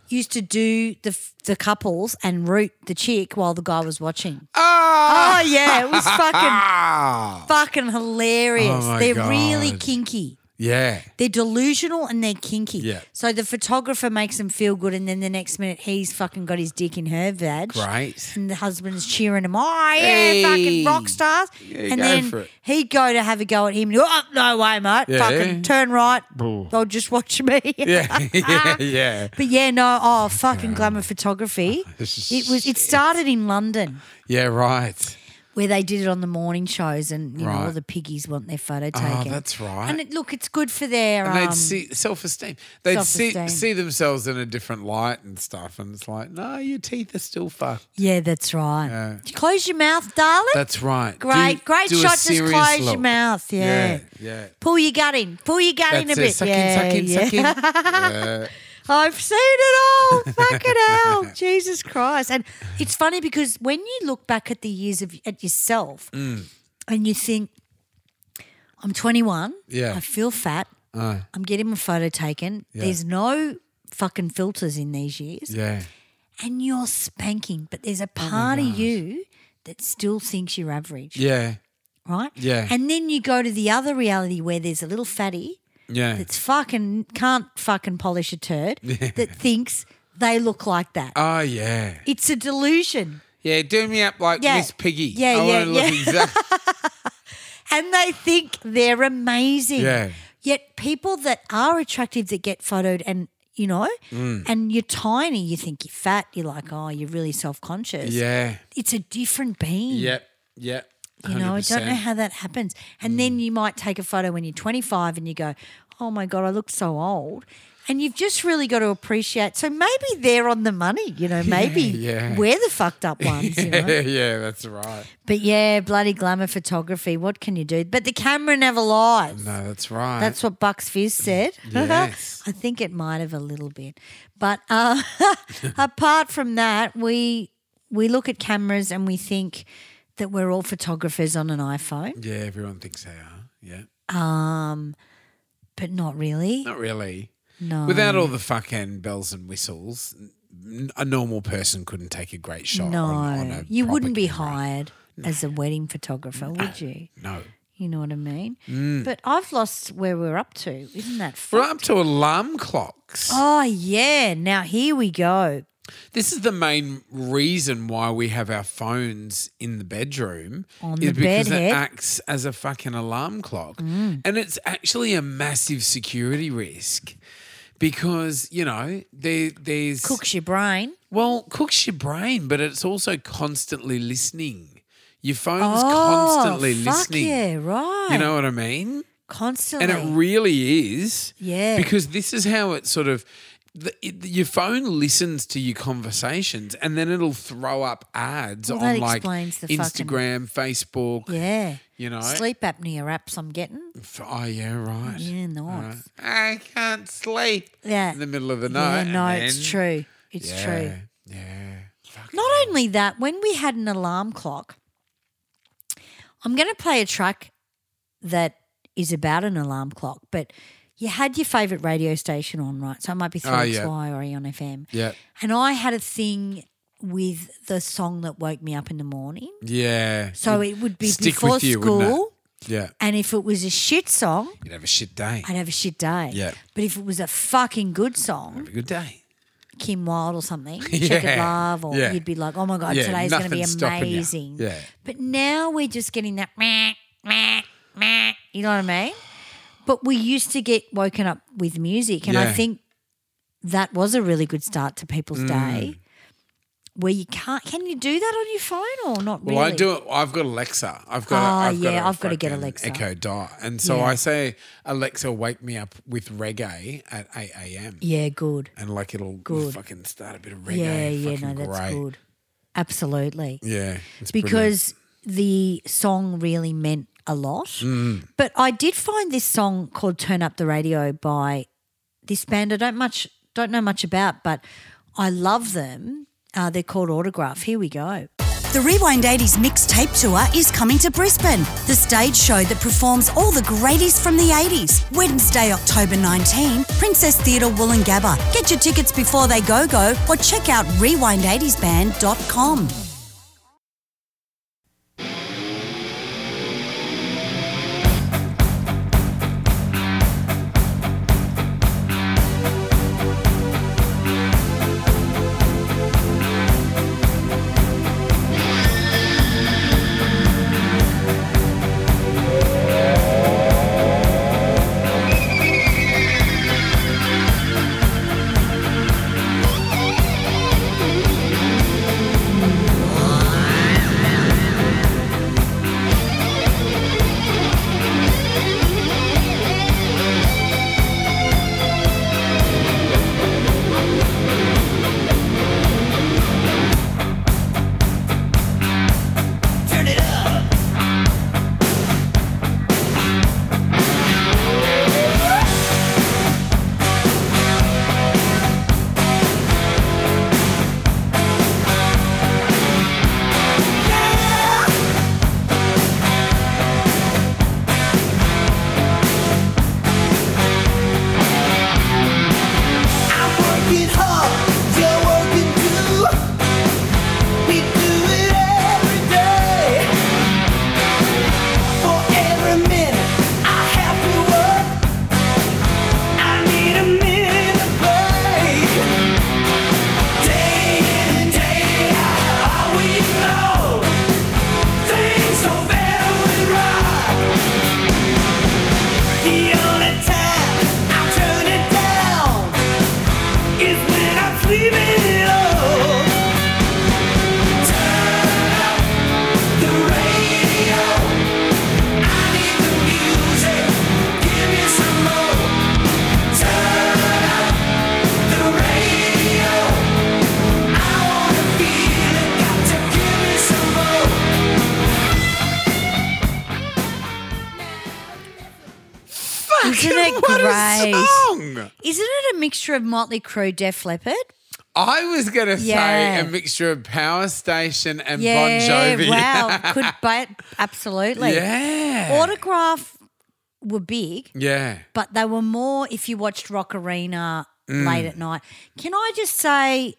Speaker 1: Used to do the f- the couples and root the chick while the guy was watching.
Speaker 3: Ah! [laughs]
Speaker 1: Oh yeah, it was fucking
Speaker 3: Ah!
Speaker 1: fucking hilarious.
Speaker 3: Oh, my
Speaker 1: They're really
Speaker 3: God.
Speaker 1: kinky.
Speaker 3: Yeah.
Speaker 1: They're delusional and they're kinky.
Speaker 3: Yeah.
Speaker 1: So the photographer makes them feel good, and then the next minute he's fucking got his dick in her vag.
Speaker 3: Great.
Speaker 1: And the husband's cheering him. Oh yeah,
Speaker 3: Hey.
Speaker 1: fucking rock stars. and
Speaker 3: go
Speaker 1: then
Speaker 3: for it.
Speaker 1: he'd go to have a go at him. and, Oh no way, mate.
Speaker 3: Yeah.
Speaker 1: Fucking turn right. They'll just watch me.
Speaker 3: [laughs]
Speaker 1: [laughs]
Speaker 3: Yeah. yeah. Yeah.
Speaker 1: But yeah, no, oh fucking glamour photography. It was. It started in London.
Speaker 3: Yeah. Right.
Speaker 1: where they did it on the morning shows, and you know all
Speaker 3: Right.
Speaker 1: the piggies want their photo
Speaker 3: Oh,
Speaker 1: taken.
Speaker 3: that's right.
Speaker 1: And it, look, it's good for their.
Speaker 3: and
Speaker 1: um,
Speaker 3: they'd see self-esteem. They'd
Speaker 1: self-esteem.
Speaker 3: see see themselves in a different light and stuff. And it's like, no, your teeth are still fucked.
Speaker 1: yeah, that's right.
Speaker 3: Yeah.
Speaker 1: Did you close your mouth, darling.
Speaker 3: That's right. Do-
Speaker 1: great, great
Speaker 3: do a
Speaker 1: shot. Just
Speaker 3: serious
Speaker 1: close
Speaker 3: look.
Speaker 1: your mouth. Yeah.
Speaker 3: Yeah. Yeah.
Speaker 1: Pull your gut in. Pull your gut in a
Speaker 3: That's it.
Speaker 1: bit.
Speaker 3: Suck in,
Speaker 1: yeah,
Speaker 3: suck in,
Speaker 1: yeah.
Speaker 3: suck in. Yeah.
Speaker 1: I've seen it
Speaker 3: [laughs]
Speaker 1: all. Fucking hell. Jesus Christ. And it's funny because when you look back at the years of at yourself
Speaker 3: Mm.
Speaker 1: and you think, I'm 21.
Speaker 3: Yeah.
Speaker 1: I feel fat. I'm getting my photo taken. There's no fucking filters in these years.
Speaker 3: Yeah. Oh
Speaker 1: And you're spanking, but there's a part of you that still thinks you're average,
Speaker 3: Yeah.
Speaker 1: right?
Speaker 3: Yeah.
Speaker 1: And then you go to the other reality where there's a little fatty
Speaker 3: Yeah.
Speaker 1: that's fucking can't fucking polish a turd that thinks they look like that.
Speaker 3: Oh yeah.
Speaker 1: It's a delusion.
Speaker 3: Yeah, do me up like
Speaker 1: Yeah.
Speaker 3: Miss Piggy.
Speaker 1: Yeah,
Speaker 3: I
Speaker 1: yeah,
Speaker 3: want to look
Speaker 1: yeah. [laughs]
Speaker 3: exact.
Speaker 1: And they think they're amazing.
Speaker 3: Yeah.
Speaker 1: Yet people that are attractive that get photoed and you know,
Speaker 3: Mm.
Speaker 1: and you're tiny, you think you're fat, you're like, oh, you're really self conscious.
Speaker 3: Yeah.
Speaker 1: It's a different being.
Speaker 3: Yep. Yep.
Speaker 1: You know, I don't know
Speaker 3: 100%.
Speaker 1: how that happens. And then
Speaker 3: Mm.
Speaker 1: you might take a photo when you're 25 and you go, oh my God, I look so old. And you've just really got to appreciate. So maybe they're on the money, you know, maybe
Speaker 3: [laughs] yeah.
Speaker 1: we're the fucked
Speaker 3: [laughs]
Speaker 1: up ones, you know.
Speaker 3: Yeah, yeah, that's right.
Speaker 1: But yeah, bloody glamour photography, what can you do? But the camera never lies.
Speaker 3: No, that's right.
Speaker 1: That's what Bucks Fizz said. [laughs]
Speaker 3: Yes.
Speaker 1: I think it might have a little bit. But uh, [laughs] apart from that, we we look at cameras and we think that we're all photographers on an iPhone.
Speaker 3: yeah, everyone thinks they are. Yeah.
Speaker 1: but not really.
Speaker 3: Not really.
Speaker 1: No.
Speaker 3: Without all the fucking bells and whistles, n- a normal person couldn't take a great shot.
Speaker 1: no,
Speaker 3: on, on a
Speaker 1: you
Speaker 3: proper
Speaker 1: wouldn't be
Speaker 3: camera.
Speaker 1: hired as a wedding photographer, would you?
Speaker 3: No. Mm.
Speaker 1: You know what I mean? But I've lost where we're up to. Isn't that
Speaker 3: We're
Speaker 1: fun?
Speaker 3: up to alarm clocks.
Speaker 1: Oh yeah. Now here we go.
Speaker 3: This is the main reason why we have our phones in the bedroom.
Speaker 1: On
Speaker 3: is
Speaker 1: the
Speaker 3: because
Speaker 1: bed
Speaker 3: it
Speaker 1: head.
Speaker 3: acts as a fucking alarm clock.
Speaker 1: Mm.
Speaker 3: And it's actually a massive security risk because, you know, there there's
Speaker 1: Cooks your brain.
Speaker 3: well, cooks your brain, but it's also constantly listening. Your phone's
Speaker 1: oh,
Speaker 3: constantly
Speaker 1: fuck
Speaker 3: listening.
Speaker 1: Yeah, right.
Speaker 3: You know what I mean?
Speaker 1: constantly.
Speaker 3: And it really is.
Speaker 1: Yeah.
Speaker 3: Because this is how it sort of. The, it, your phone listens to your conversations and then it'll throw up ads
Speaker 1: Well, that
Speaker 3: on like
Speaker 1: explains the fucking-
Speaker 3: Instagram, Facebook.
Speaker 1: yeah.
Speaker 3: You know?
Speaker 1: Sleep apnea apps. I'm
Speaker 3: [laughs]
Speaker 1: getting.
Speaker 3: F- Oh, yeah, right.
Speaker 1: Yeah,
Speaker 3: Right.
Speaker 1: nice.
Speaker 3: I can't sleep
Speaker 1: Yeah.
Speaker 3: in the middle of the
Speaker 1: Yeah,
Speaker 3: night.
Speaker 1: no,
Speaker 3: and
Speaker 1: it's
Speaker 3: then-
Speaker 1: true. It's
Speaker 3: yeah,
Speaker 1: true.
Speaker 3: Yeah. Fuck.
Speaker 1: Not only that, when we had an alarm clock, I'm going to play a track that is about an alarm clock, but you had your favorite radio station on, right? So it might be 3XY
Speaker 3: Oh, yeah.
Speaker 1: or Eon FM.
Speaker 3: Yeah.
Speaker 1: And I had a thing with the song that woke me up in the morning.
Speaker 3: Yeah.
Speaker 1: So it would be
Speaker 3: Stick
Speaker 1: before
Speaker 3: with you, wouldn't it?
Speaker 1: school.
Speaker 3: Yeah.
Speaker 1: And if it was a shit song,
Speaker 3: You'd have a shit day.
Speaker 1: I'd have a shit day.
Speaker 3: Yeah.
Speaker 1: But if it was a fucking good song,
Speaker 3: Have a good day.
Speaker 1: Kim Wilde or something, Check It
Speaker 3: [laughs] Yeah.
Speaker 1: Love, or
Speaker 3: Yeah.
Speaker 1: you'd be like, oh my God,
Speaker 3: Yeah,
Speaker 1: today's going to be
Speaker 3: nothing's stopping you.
Speaker 1: amazing.
Speaker 3: Yeah.
Speaker 1: But now we're just getting that meh, meh, meh. You know what I mean? But we used to get woken up with music. And I
Speaker 3: Yeah. Mm.
Speaker 1: think that was a really good start to people's day where you can't, can you do that on your phone or not really?
Speaker 3: Well, I do it. I've got Alexa. I've got.
Speaker 1: Ah,
Speaker 3: I've got
Speaker 1: yeah,
Speaker 3: a
Speaker 1: I've gotta get
Speaker 3: fucking
Speaker 1: Alexa.
Speaker 3: Echo Dot, and so
Speaker 1: Yeah.
Speaker 3: I say, Alexa, wake me up with reggae at eight a.m.
Speaker 1: Yeah, good.
Speaker 3: And like it'll
Speaker 1: Good.
Speaker 3: fucking start a bit of
Speaker 1: Yeah,
Speaker 3: reggae.
Speaker 1: yeah,
Speaker 3: Fucking
Speaker 1: no, that's
Speaker 3: great.
Speaker 1: good. Absolutely.
Speaker 3: Yeah, it's brilliant.
Speaker 1: because the song really meant a lot.
Speaker 3: Mm.
Speaker 1: But I did find this song called Turn Up the Radio by this band I don't much don't know much about, but I love them. Uh, they're called Autograph. Here we go.
Speaker 5: The Rewind 80s mixtape tour is coming to Brisbane. The stage show that performs all the greaties from the 80s. Wednesday, October 19, Princess Theatre Wollongabba. Get your tickets before they go go or check out rewind80sband.com.
Speaker 6: I'm working hard, you're working too. We do it every day. For every minute I have to work, I need a minute to break. Day in and day out, all we know things don't very right. The only time I turn it down is when I'm sleeping alone. Turn up the radio. I need the music. Give me some more. Turn up the radio. I wanna feel it. Got to give me some more.
Speaker 1: Isn't it
Speaker 3: [laughs] What
Speaker 1: great?
Speaker 3: a song!
Speaker 1: Isn't it a mixture of Motley Crue, Def Leppard?
Speaker 3: I was going to
Speaker 1: Yeah.
Speaker 3: say a mixture of Power Station and
Speaker 1: Yeah,
Speaker 3: Bon Jovi. [laughs]
Speaker 1: wow, could but absolutely.
Speaker 3: yeah.
Speaker 1: Autograph were big,
Speaker 3: yeah.
Speaker 1: but they were more if you watched Rock Arena
Speaker 3: Mm.
Speaker 1: late at night. Can I just say,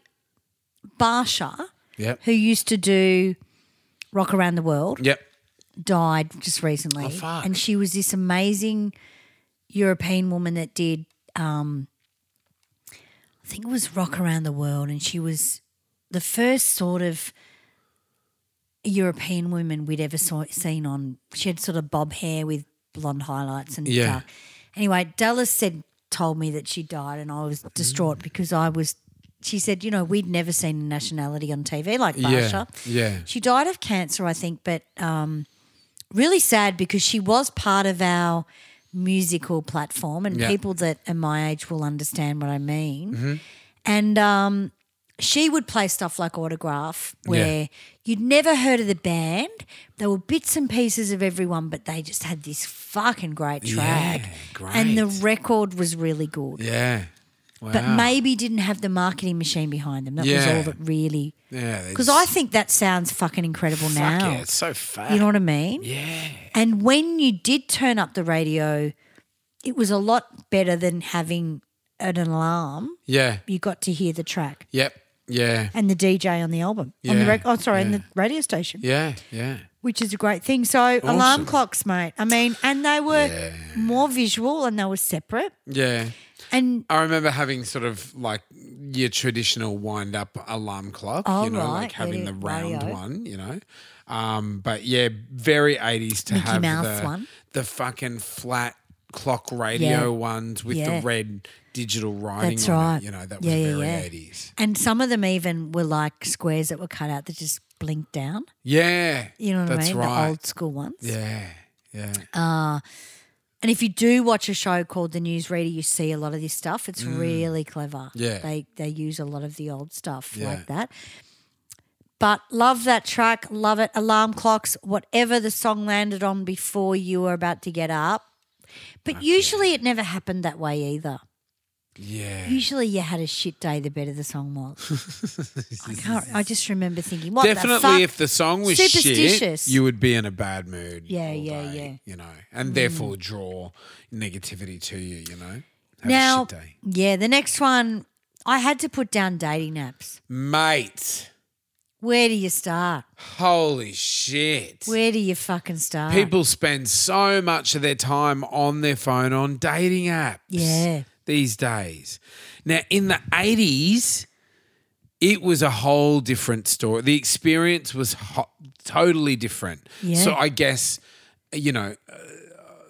Speaker 1: Barsha,
Speaker 3: Yep.
Speaker 1: who used to do Rock Around the World,
Speaker 3: Yep.
Speaker 1: died just recently.
Speaker 3: Oh, fuck.
Speaker 1: And she was this amazing European woman that did, um, I think it was Rock Around the World. And she was the first sort of European woman we'd ever saw, seen on. She had sort of bob hair with blonde highlights and
Speaker 3: Yeah.
Speaker 1: dark. Anyway, Dallas said, told me that she died, and I was distraught
Speaker 3: Mm.
Speaker 1: because I was. She said, you know, we'd never seen a nationality on TV like
Speaker 3: Yeah.
Speaker 1: Barsha.
Speaker 3: Yeah.
Speaker 1: She died of cancer, I think, but um, really sad because she was part of our musical platform, and
Speaker 3: Yeah. Mm-hmm.
Speaker 1: people that are my age will understand what I mean. And um, she would play stuff like Autograph, where you'd never heard of the band. There were bits and pieces of everyone, but they just had this fucking great track. And the
Speaker 3: great.
Speaker 1: record was really good,
Speaker 3: Yeah. Wow.
Speaker 1: but maybe didn't have the marketing machine behind them. That
Speaker 3: Yeah.
Speaker 1: was all that really.
Speaker 3: Yeah.
Speaker 1: Because I think that sounds fucking incredible
Speaker 3: Fuck
Speaker 1: now.
Speaker 3: yeah, it's so fat.
Speaker 1: You know what I mean?
Speaker 3: yeah.
Speaker 1: And when you did turn up the radio, it was a lot better than having an alarm.
Speaker 3: Yeah.
Speaker 1: You got to hear the track
Speaker 3: Yep. Yeah.
Speaker 1: and the DJ on the album. On the
Speaker 3: Yeah,
Speaker 1: rec- oh, sorry, on
Speaker 3: yeah.
Speaker 1: the radio station,
Speaker 3: Yeah. Yeah.
Speaker 1: which is a great thing. So alarm clocks, mate. I mean, and they were more visual and they were separate.
Speaker 3: Yeah.
Speaker 1: And
Speaker 3: I remember having sort of like your traditional wind up alarm clock,
Speaker 1: Oh,
Speaker 3: you know,
Speaker 1: right.
Speaker 3: like having
Speaker 1: Yeah,
Speaker 3: the round
Speaker 1: radio.
Speaker 3: one, you know. Um, but yeah, very 80s to
Speaker 1: Mickey
Speaker 3: have
Speaker 1: Mouse
Speaker 3: the,
Speaker 1: one.
Speaker 3: the fucking flat clock radio
Speaker 1: Yeah.
Speaker 3: ones with
Speaker 1: Yeah.
Speaker 3: the red digital writing
Speaker 1: That's
Speaker 3: on
Speaker 1: right.
Speaker 3: it, you know, that was
Speaker 1: Yeah, yeah,
Speaker 3: very
Speaker 1: yeah.
Speaker 3: 80s.
Speaker 1: and some of them even were like squares that were cut out that just blinked down.
Speaker 3: Yeah.
Speaker 1: You know what
Speaker 3: that's
Speaker 1: I mean?
Speaker 3: Right.
Speaker 1: The old school ones.
Speaker 3: Yeah. Yeah.
Speaker 1: And if you do watch a show called The Newsreader, you see a lot of this stuff. It's really clever.
Speaker 3: Mm. Yeah.
Speaker 1: They they use a lot of the old stuff
Speaker 3: Yeah.
Speaker 1: like that. But love that track, love it. Alarm clocks, whatever the song landed on before you were about to get up. But usually it never happened that way either.
Speaker 3: Yeah.
Speaker 1: Usually you had a shit day the better the song
Speaker 3: [laughs]
Speaker 1: was. I can't I just remember thinking what the fuck?
Speaker 3: Definitely, if the song was shit,
Speaker 1: Superstitious.
Speaker 3: you would be in a bad mood.
Speaker 1: Yeah,
Speaker 3: all
Speaker 1: yeah,
Speaker 3: day,
Speaker 1: yeah. Mm.
Speaker 3: You know, and therefore draw negativity to you. You know, have
Speaker 1: now
Speaker 3: a shit day,
Speaker 1: Yeah, the next one I had to put down dating apps.
Speaker 3: mate.
Speaker 1: Where do you start?
Speaker 3: Holy shit!
Speaker 1: Where do you fucking start?
Speaker 3: People spend so much of their time on their phone on dating apps.
Speaker 1: Yeah.
Speaker 3: These days. Now, in the 80s, it was a whole different story. The experience was ho- totally different.
Speaker 1: Yeah.
Speaker 3: So I guess, you know, uh,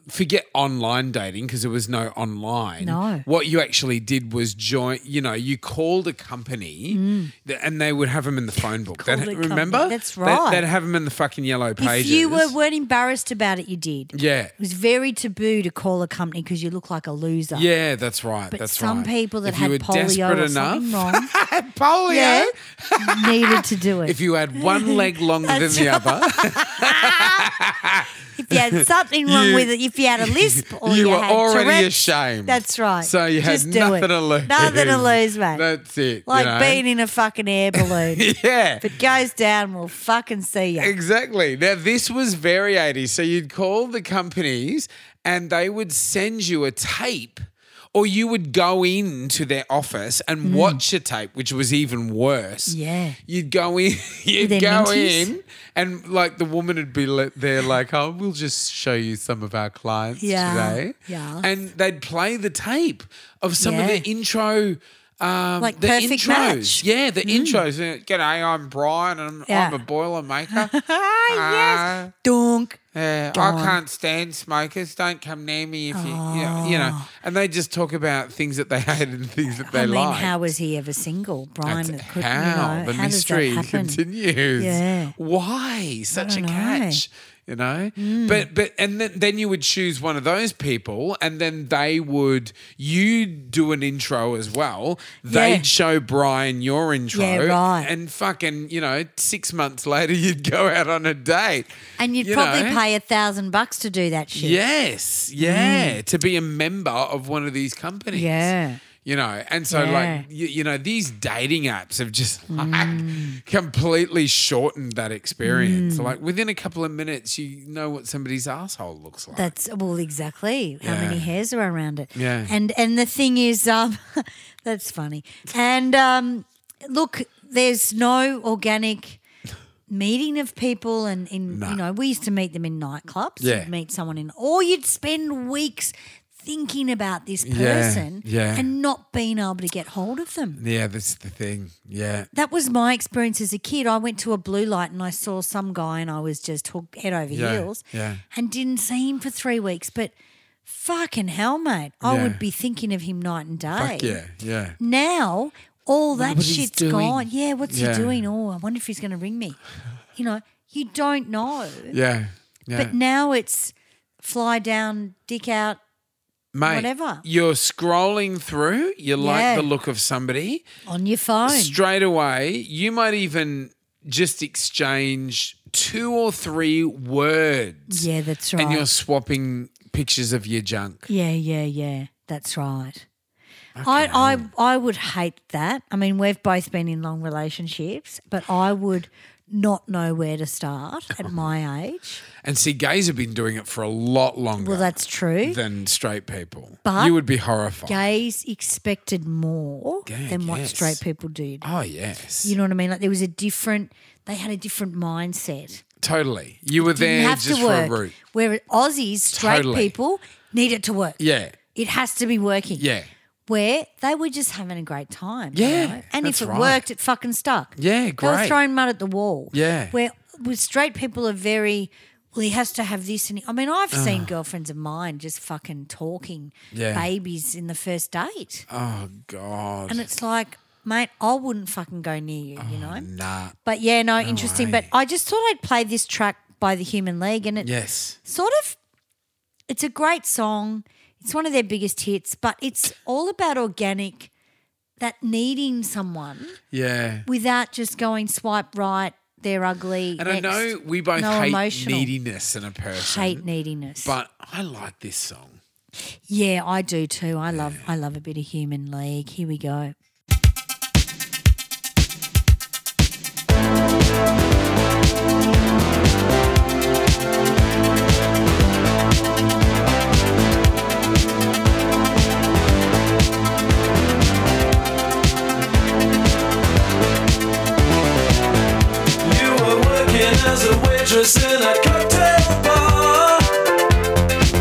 Speaker 3: forget online dating because there was no online.
Speaker 1: No.
Speaker 3: What you actually did was join, you know, you called a company th- and they would have them in the phone book. They'd,
Speaker 1: Mm. Called a
Speaker 3: remember?
Speaker 1: company. That's
Speaker 3: They-
Speaker 1: right.
Speaker 3: They'd have them in the fucking yellow pages.
Speaker 1: If you were, weren't embarrassed about it, you did.
Speaker 3: Yeah.
Speaker 1: It was very taboo to call a company because you look like a loser.
Speaker 3: Yeah, that's right.
Speaker 1: But
Speaker 3: that's
Speaker 1: some
Speaker 3: right.
Speaker 1: people that
Speaker 3: If
Speaker 1: had
Speaker 3: you were
Speaker 1: polio
Speaker 3: desperate
Speaker 1: or
Speaker 3: enough,
Speaker 1: something
Speaker 3: [laughs]
Speaker 1: wrong
Speaker 3: polio.
Speaker 1: yeah, needed to do it.
Speaker 3: If you had one
Speaker 1: [laughs]
Speaker 3: leg longer than
Speaker 1: That's
Speaker 3: the other,
Speaker 1: If you
Speaker 3: [laughs]
Speaker 1: had something wrong
Speaker 3: You-
Speaker 1: with it, if you had a lisp or
Speaker 3: [laughs] [laughs]
Speaker 1: you,
Speaker 3: you were
Speaker 1: had
Speaker 3: already
Speaker 1: Tourette's,
Speaker 3: ashamed.
Speaker 1: That's right.
Speaker 3: So you had
Speaker 1: Just do
Speaker 3: nothing
Speaker 1: it.
Speaker 3: to lose.
Speaker 1: Nothing to
Speaker 3: [laughs]
Speaker 1: lose, mate.
Speaker 3: That's it. you
Speaker 1: like
Speaker 3: know?
Speaker 1: being in a fucking air balloon.
Speaker 3: [laughs]
Speaker 1: [laughs]
Speaker 3: Yeah.
Speaker 1: if it goes down, we'll fucking see you.
Speaker 3: Exactly. Now, this was very 80s. So you'd call the companies and they would send you a tape, or you would go into their office and watch a tape, which was even worse.
Speaker 1: Mm. Yeah.
Speaker 3: You'd go in, [laughs] you'd
Speaker 1: their
Speaker 3: go
Speaker 1: minties?
Speaker 3: in, and like the woman would be le- there, like, oh, we'll just show you some of our clients
Speaker 1: Yeah.
Speaker 3: today.
Speaker 1: Yeah.
Speaker 3: And they'd play the tape of some of
Speaker 1: Yeah.
Speaker 3: the intro. Um,
Speaker 1: Like
Speaker 3: the
Speaker 1: Perfect
Speaker 3: intros.
Speaker 1: Match. Mm.
Speaker 3: Yeah, the intros. Uh, G'day, I'm Brian and I'm,
Speaker 1: Yeah.
Speaker 3: I'm a boiler
Speaker 1: [laughs]
Speaker 3: maker.
Speaker 1: Ah, yes. Dunk.
Speaker 3: Uh, I can't stand smokers. Don't come near me if you, you, know, you know. And they just talk about things that they [laughs] hate and things that
Speaker 1: Oh.
Speaker 3: they
Speaker 1: I mean,
Speaker 3: like.
Speaker 1: how was he ever single, Brian?
Speaker 3: That's
Speaker 1: that couldn't, you
Speaker 3: how
Speaker 1: know,
Speaker 3: the
Speaker 1: how does that
Speaker 3: mystery
Speaker 1: happen?
Speaker 3: continues.
Speaker 1: Yeah.
Speaker 3: Why such a
Speaker 1: don't know. Mm.
Speaker 3: catch? You know, but but and then, then you would choose one of those people, and then they would you do an intro as well.
Speaker 1: Yeah.
Speaker 3: They'd show Brian your intro,
Speaker 1: Yeah, right.
Speaker 3: And fucking, you know, six months later, [laughs] you'd go out on a date,
Speaker 1: And you'd
Speaker 3: you
Speaker 1: probably
Speaker 3: know?
Speaker 1: pay a thousand bucks to do that shit. Mm.
Speaker 3: Yes, yeah, to be a member of one of these companies.
Speaker 1: Yeah.
Speaker 3: You know, and so
Speaker 1: Yeah.
Speaker 3: like you, you know these dating apps have just [laughs] like
Speaker 1: Mm.
Speaker 3: completely shortened that experience. Like within a couple of minutes, you know what somebody's asshole looks like.
Speaker 1: That's well, exactly. How many
Speaker 3: Yeah.
Speaker 1: hairs are around it?
Speaker 3: Yeah.
Speaker 1: And and the thing is, um, [laughs] that's funny. And um, look, there's no organic meeting of people, and in
Speaker 3: No.
Speaker 1: you know, we used to meet them in nightclubs.
Speaker 3: Yeah.
Speaker 1: You'd meet someone in, or you'd spend weeks thinking about this
Speaker 3: Yeah,
Speaker 1: person,
Speaker 3: yeah.
Speaker 1: and not being able to get hold of them
Speaker 3: yeah, that's the thing. Yeah,
Speaker 1: that was my experience as a kid. I went to a blue light and I saw some guy and I was just hook, head over
Speaker 3: Yeah,
Speaker 1: heels
Speaker 3: yeah.
Speaker 1: and didn't see him for three weeks. But fucking hell, mate, I
Speaker 3: Yeah.
Speaker 1: would be thinking of him night and day.
Speaker 3: fuck yeah, yeah.
Speaker 1: Now all that
Speaker 3: Nobody's
Speaker 1: shit's
Speaker 3: doing-
Speaker 1: gone. Yeah, what's
Speaker 3: Yeah.
Speaker 1: he doing? Oh, I wonder if he's going to ring me. You know, you don't know.
Speaker 3: Yeah. Yeah.
Speaker 1: But now it's fly down, dick out.
Speaker 3: Mate,
Speaker 1: whatever.
Speaker 3: You're scrolling through, you like
Speaker 1: Yeah.
Speaker 3: the look of somebody,
Speaker 1: On your phone.
Speaker 3: straight away, you might even just exchange two or three words.
Speaker 1: yeah, that's right.
Speaker 3: And you're swapping pictures of your junk.
Speaker 1: Yeah, yeah, yeah. That's right. I, I I would hate that. I mean, we've both been in long relationships, but I would not know where to start
Speaker 3: Oh.
Speaker 1: at my age.
Speaker 3: And see, gays have been doing it for a lot longer
Speaker 1: Well, that's true.
Speaker 3: than straight people.
Speaker 1: But-
Speaker 3: you would be horrified.
Speaker 1: Gays expected more
Speaker 3: Yeah,
Speaker 1: than what
Speaker 3: yes.
Speaker 1: straight people did.
Speaker 3: oh, yes.
Speaker 1: You know what I mean? Like there was a different. They had a different mindset.
Speaker 3: totally. You were
Speaker 1: Didn't
Speaker 3: there
Speaker 1: have
Speaker 3: just
Speaker 1: to work.
Speaker 3: for a route.
Speaker 1: Where Aussies, straight
Speaker 3: Totally.
Speaker 1: people, need it to work.
Speaker 3: Yeah.
Speaker 1: It has to be working.
Speaker 3: Yeah.
Speaker 1: where they were just having a great time. you
Speaker 3: Yeah,
Speaker 1: know? and
Speaker 3: that's
Speaker 1: if it
Speaker 3: right.
Speaker 1: worked, it fucking stuck.
Speaker 3: Yeah,
Speaker 1: They were
Speaker 3: great.
Speaker 1: throwing mud at the wall.
Speaker 3: Yeah.
Speaker 1: where with straight people are very. Well, he has to have this, and he, I mean, I've seen girlfriends of mine just fucking talking
Speaker 3: Yeah.
Speaker 1: babies in the first date,
Speaker 3: Oh, God.
Speaker 1: and it's like, mate, I wouldn't fucking go near you, you know.
Speaker 3: nah.
Speaker 1: But yeah, no, interesting. But
Speaker 3: Oh, way.
Speaker 1: I just thought I'd play this track by the Human League, and it
Speaker 3: Yes.
Speaker 1: sort of it's a great song it's one of their biggest hits but it's all about organic that needing someone
Speaker 3: Yeah.
Speaker 1: without just going swipe right they're ugly.
Speaker 3: And
Speaker 1: next.
Speaker 3: I know we both
Speaker 1: No
Speaker 3: hate
Speaker 1: emotional.
Speaker 3: neediness in a person,
Speaker 1: hate neediness.
Speaker 3: but I like this song.
Speaker 1: yeah, I do too. I love I love a bit of human league. Here we go.
Speaker 2: You were working as a waitress in a cocktail bar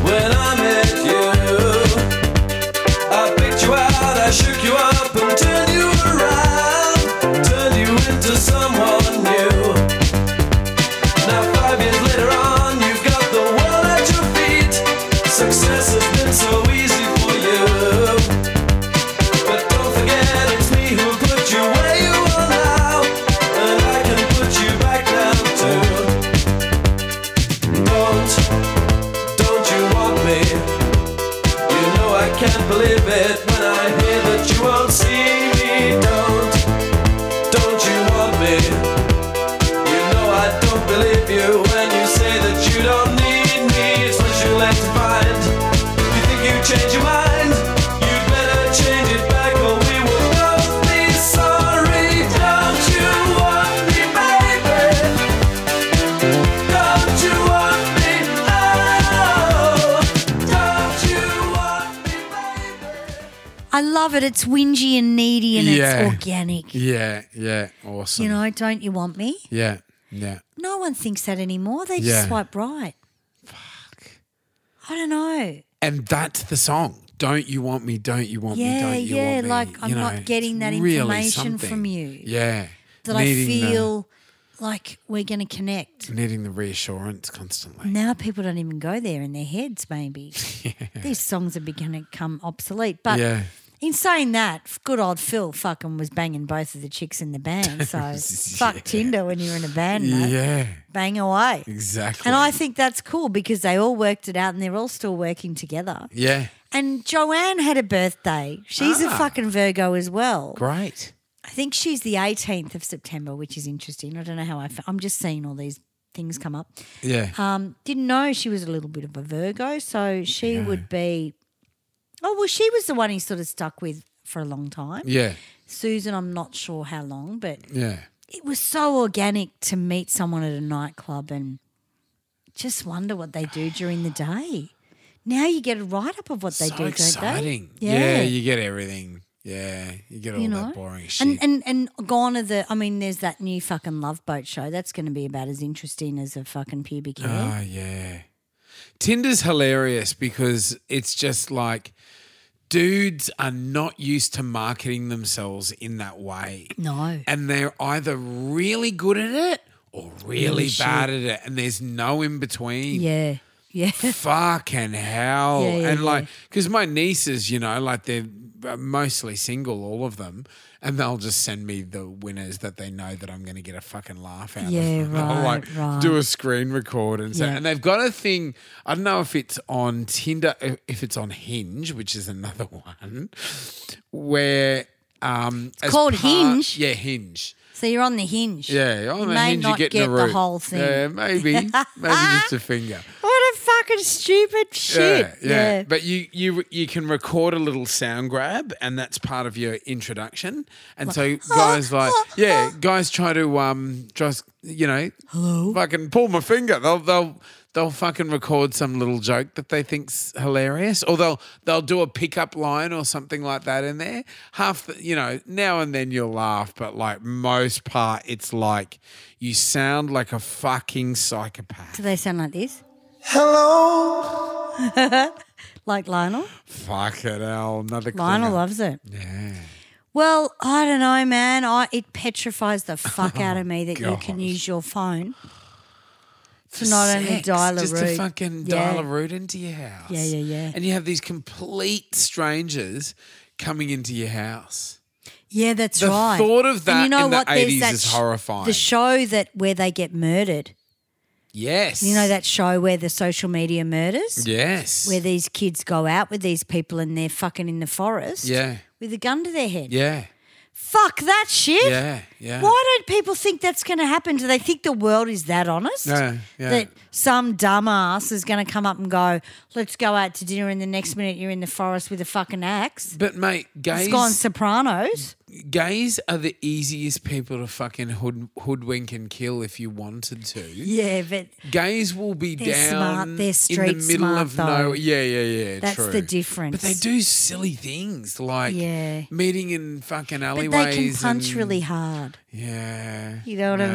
Speaker 2: when I met you. I picked you out, I shook you up and turned you around, turned you into someone new. Now five years later on, you've got the world at your feet. Success has been so easy for you. But don't forget, it's me who put you where you are now, and I can put you back down too. Don't, don't you want me? You know I can't believe it when I hear that you won't see me. Don't, don't you want me? You know I don't believe you when you say that you don't need me. It's what you like to find. If you think you change your mind, you better change it back or we will both be sorry. Don't you want me, baby? Don't you want me? Oh, don't you want me, baby?
Speaker 1: I love it. It's whingy and needy and
Speaker 3: Yeah.
Speaker 1: it's organic.
Speaker 3: Yeah, yeah, awesome.
Speaker 1: You know, don't you want me?
Speaker 3: yeah, yeah.
Speaker 1: No one thinks that anymore. They
Speaker 3: Yeah.
Speaker 1: just swipe right. Fuck. I don't know.
Speaker 3: And that's the song. Don't you want me? Don't you want me?
Speaker 1: Yeah,
Speaker 3: Don't you
Speaker 1: yeah,
Speaker 3: want me?
Speaker 1: like
Speaker 3: You
Speaker 1: I'm not getting that
Speaker 3: it's really
Speaker 1: information
Speaker 3: something.
Speaker 1: from you.
Speaker 3: Yeah,
Speaker 1: That
Speaker 3: Needing
Speaker 1: I feel like we're going to connect.
Speaker 3: the, needing the reassurance constantly.
Speaker 1: Now people don't even go there in their heads,
Speaker 3: [laughs]
Speaker 1: maybe. These songs are beginning to come obsolete. But
Speaker 3: yeah,
Speaker 1: in saying that, f- good old Phil fucking was banging both of the chicks in the band.
Speaker 3: [laughs]
Speaker 1: So fuck Tinder when you're in a band, mate.
Speaker 3: yeah,
Speaker 1: Bang away.
Speaker 3: exactly.
Speaker 1: And I think that's cool because they all worked it out and they're all still working together.
Speaker 3: yeah,
Speaker 1: And Joanne had a birthday. She's
Speaker 3: Ah.
Speaker 1: a fucking Virgo as well.
Speaker 3: great.
Speaker 1: I think she's the 18th of September, which is interesting. I don't know how I, f- I'm just seeing all these things come up.
Speaker 3: Yeah,
Speaker 1: Um, didn't know she was a little bit of a Virgo, so she would be. Oh well, she was the one he sort of stuck with for a long time.
Speaker 3: yeah,
Speaker 1: Susan, I'm not sure how long, but
Speaker 3: yeah,
Speaker 1: it was so organic to meet someone at a nightclub and just wonder what they do during the day. Now you get a write up of what they
Speaker 3: so
Speaker 1: do,
Speaker 3: exciting.
Speaker 1: don't they?
Speaker 3: Yeah. you get everything. Yeah, you get all
Speaker 1: you know,
Speaker 3: Oh, that boring shit.
Speaker 1: and and and gone are the. I mean, there's that new fucking Love Boat show. That's going to be about as interesting as a fucking pubic hair.
Speaker 3: Oh, yeah. Tinder's hilarious because it's just like dudes are not used to marketing themselves in that way.
Speaker 1: no,
Speaker 3: And they're either really good at it or really bad at it. And there's no in between.
Speaker 1: yeah, yeah. [laughs]
Speaker 3: [laughs] Fucking hell.
Speaker 1: Yeah, yeah,
Speaker 3: and like, because my nieces, you know, like they're uh, mostly single, all of them. And they'll just send me the winners that they know that I'm going to get a fucking laugh out
Speaker 1: Yeah,
Speaker 3: [laughs] of. And I'll like
Speaker 1: right, right.
Speaker 3: do a screen record and so.
Speaker 1: Yeah.
Speaker 3: And they've got a thing. I don't know if it's on Tinder, i- if it's on Hinge, which is [laughs] another one, where. Um, it's
Speaker 1: called Hinge?
Speaker 3: Yeah, Hinge.
Speaker 1: So you're on the hinge.
Speaker 3: Yeah, on
Speaker 1: You
Speaker 3: the
Speaker 1: may
Speaker 3: hinge
Speaker 1: not
Speaker 3: you get, in the,
Speaker 1: the
Speaker 3: root.
Speaker 1: whole thing. [laughs]
Speaker 3: Yeah, maybe, maybe just a finger.
Speaker 1: What a fucking stupid shit.
Speaker 3: Yeah, yeah. But you you you can record a little sound grab, and that's part of your introduction. And so
Speaker 1: [laughs]
Speaker 3: guys like yeah, guys try to um just you know hello fucking pull my finger. They'll they'll they'll fucking record some little joke that they think's hilarious, or they'll they'll do a pickup line or something like that in there. Half the, you know now and then you'll laugh, but like most part, it's like you sound like a fucking psychopath.
Speaker 1: Do they sound like this? Hello. [laughs] like Lionel.
Speaker 3: Fucking hell, another
Speaker 1: Lionel
Speaker 3: clinger.
Speaker 1: loves it. Yeah. Well, I don't know, man. I it petrifies the
Speaker 3: [laughs]
Speaker 1: fuck out of me that you can
Speaker 3: Oh God.
Speaker 1: use your phone to not only
Speaker 3: sex,
Speaker 1: dial a
Speaker 3: just
Speaker 1: route.
Speaker 3: to fucking
Speaker 1: yeah.
Speaker 3: dial a route into your house.
Speaker 1: Yeah, yeah, yeah.
Speaker 3: And you have these complete strangers coming into your house.
Speaker 1: Yeah, that's
Speaker 3: The
Speaker 1: right.
Speaker 3: thought of that
Speaker 1: and you know
Speaker 3: in the
Speaker 1: what? There's
Speaker 3: 80s
Speaker 1: that
Speaker 3: is
Speaker 1: sh-
Speaker 3: horrifying.
Speaker 1: The show that where they get murdered.
Speaker 3: Yes.
Speaker 1: You know that show where the social media murders?
Speaker 3: Yes.
Speaker 1: Where these kids go out with these people and they're fucking in the forest
Speaker 3: yeah.
Speaker 1: with a gun to their head.
Speaker 3: Yeah.
Speaker 1: Fuck that shit.
Speaker 3: Yeah, yeah.
Speaker 1: Why don't people think that's going to happen? Do they think the world is that honest?
Speaker 3: Yeah, yeah.
Speaker 1: That some dumbass is going to come up and go, let's go out to dinner, and the next minute you're in the forest with a fucking axe.
Speaker 3: But mate, gays,
Speaker 1: It's gone Sopranos.
Speaker 3: gays are the easiest people to fucking hood, hoodwink and kill if you wanted to.
Speaker 1: Yeah, but
Speaker 3: Gays will be
Speaker 1: They're smart,
Speaker 3: down
Speaker 1: they're
Speaker 3: in
Speaker 1: street
Speaker 3: the middle
Speaker 1: smart,
Speaker 3: of no.
Speaker 1: though.
Speaker 3: Yeah, yeah, yeah.
Speaker 1: That's
Speaker 3: true.
Speaker 1: the difference.
Speaker 3: But they do silly things like
Speaker 1: Yeah.
Speaker 3: meeting in fucking
Speaker 1: but they
Speaker 3: alleyways.
Speaker 1: can punch
Speaker 3: and-
Speaker 1: really hard.
Speaker 3: Yeah.
Speaker 1: You know what I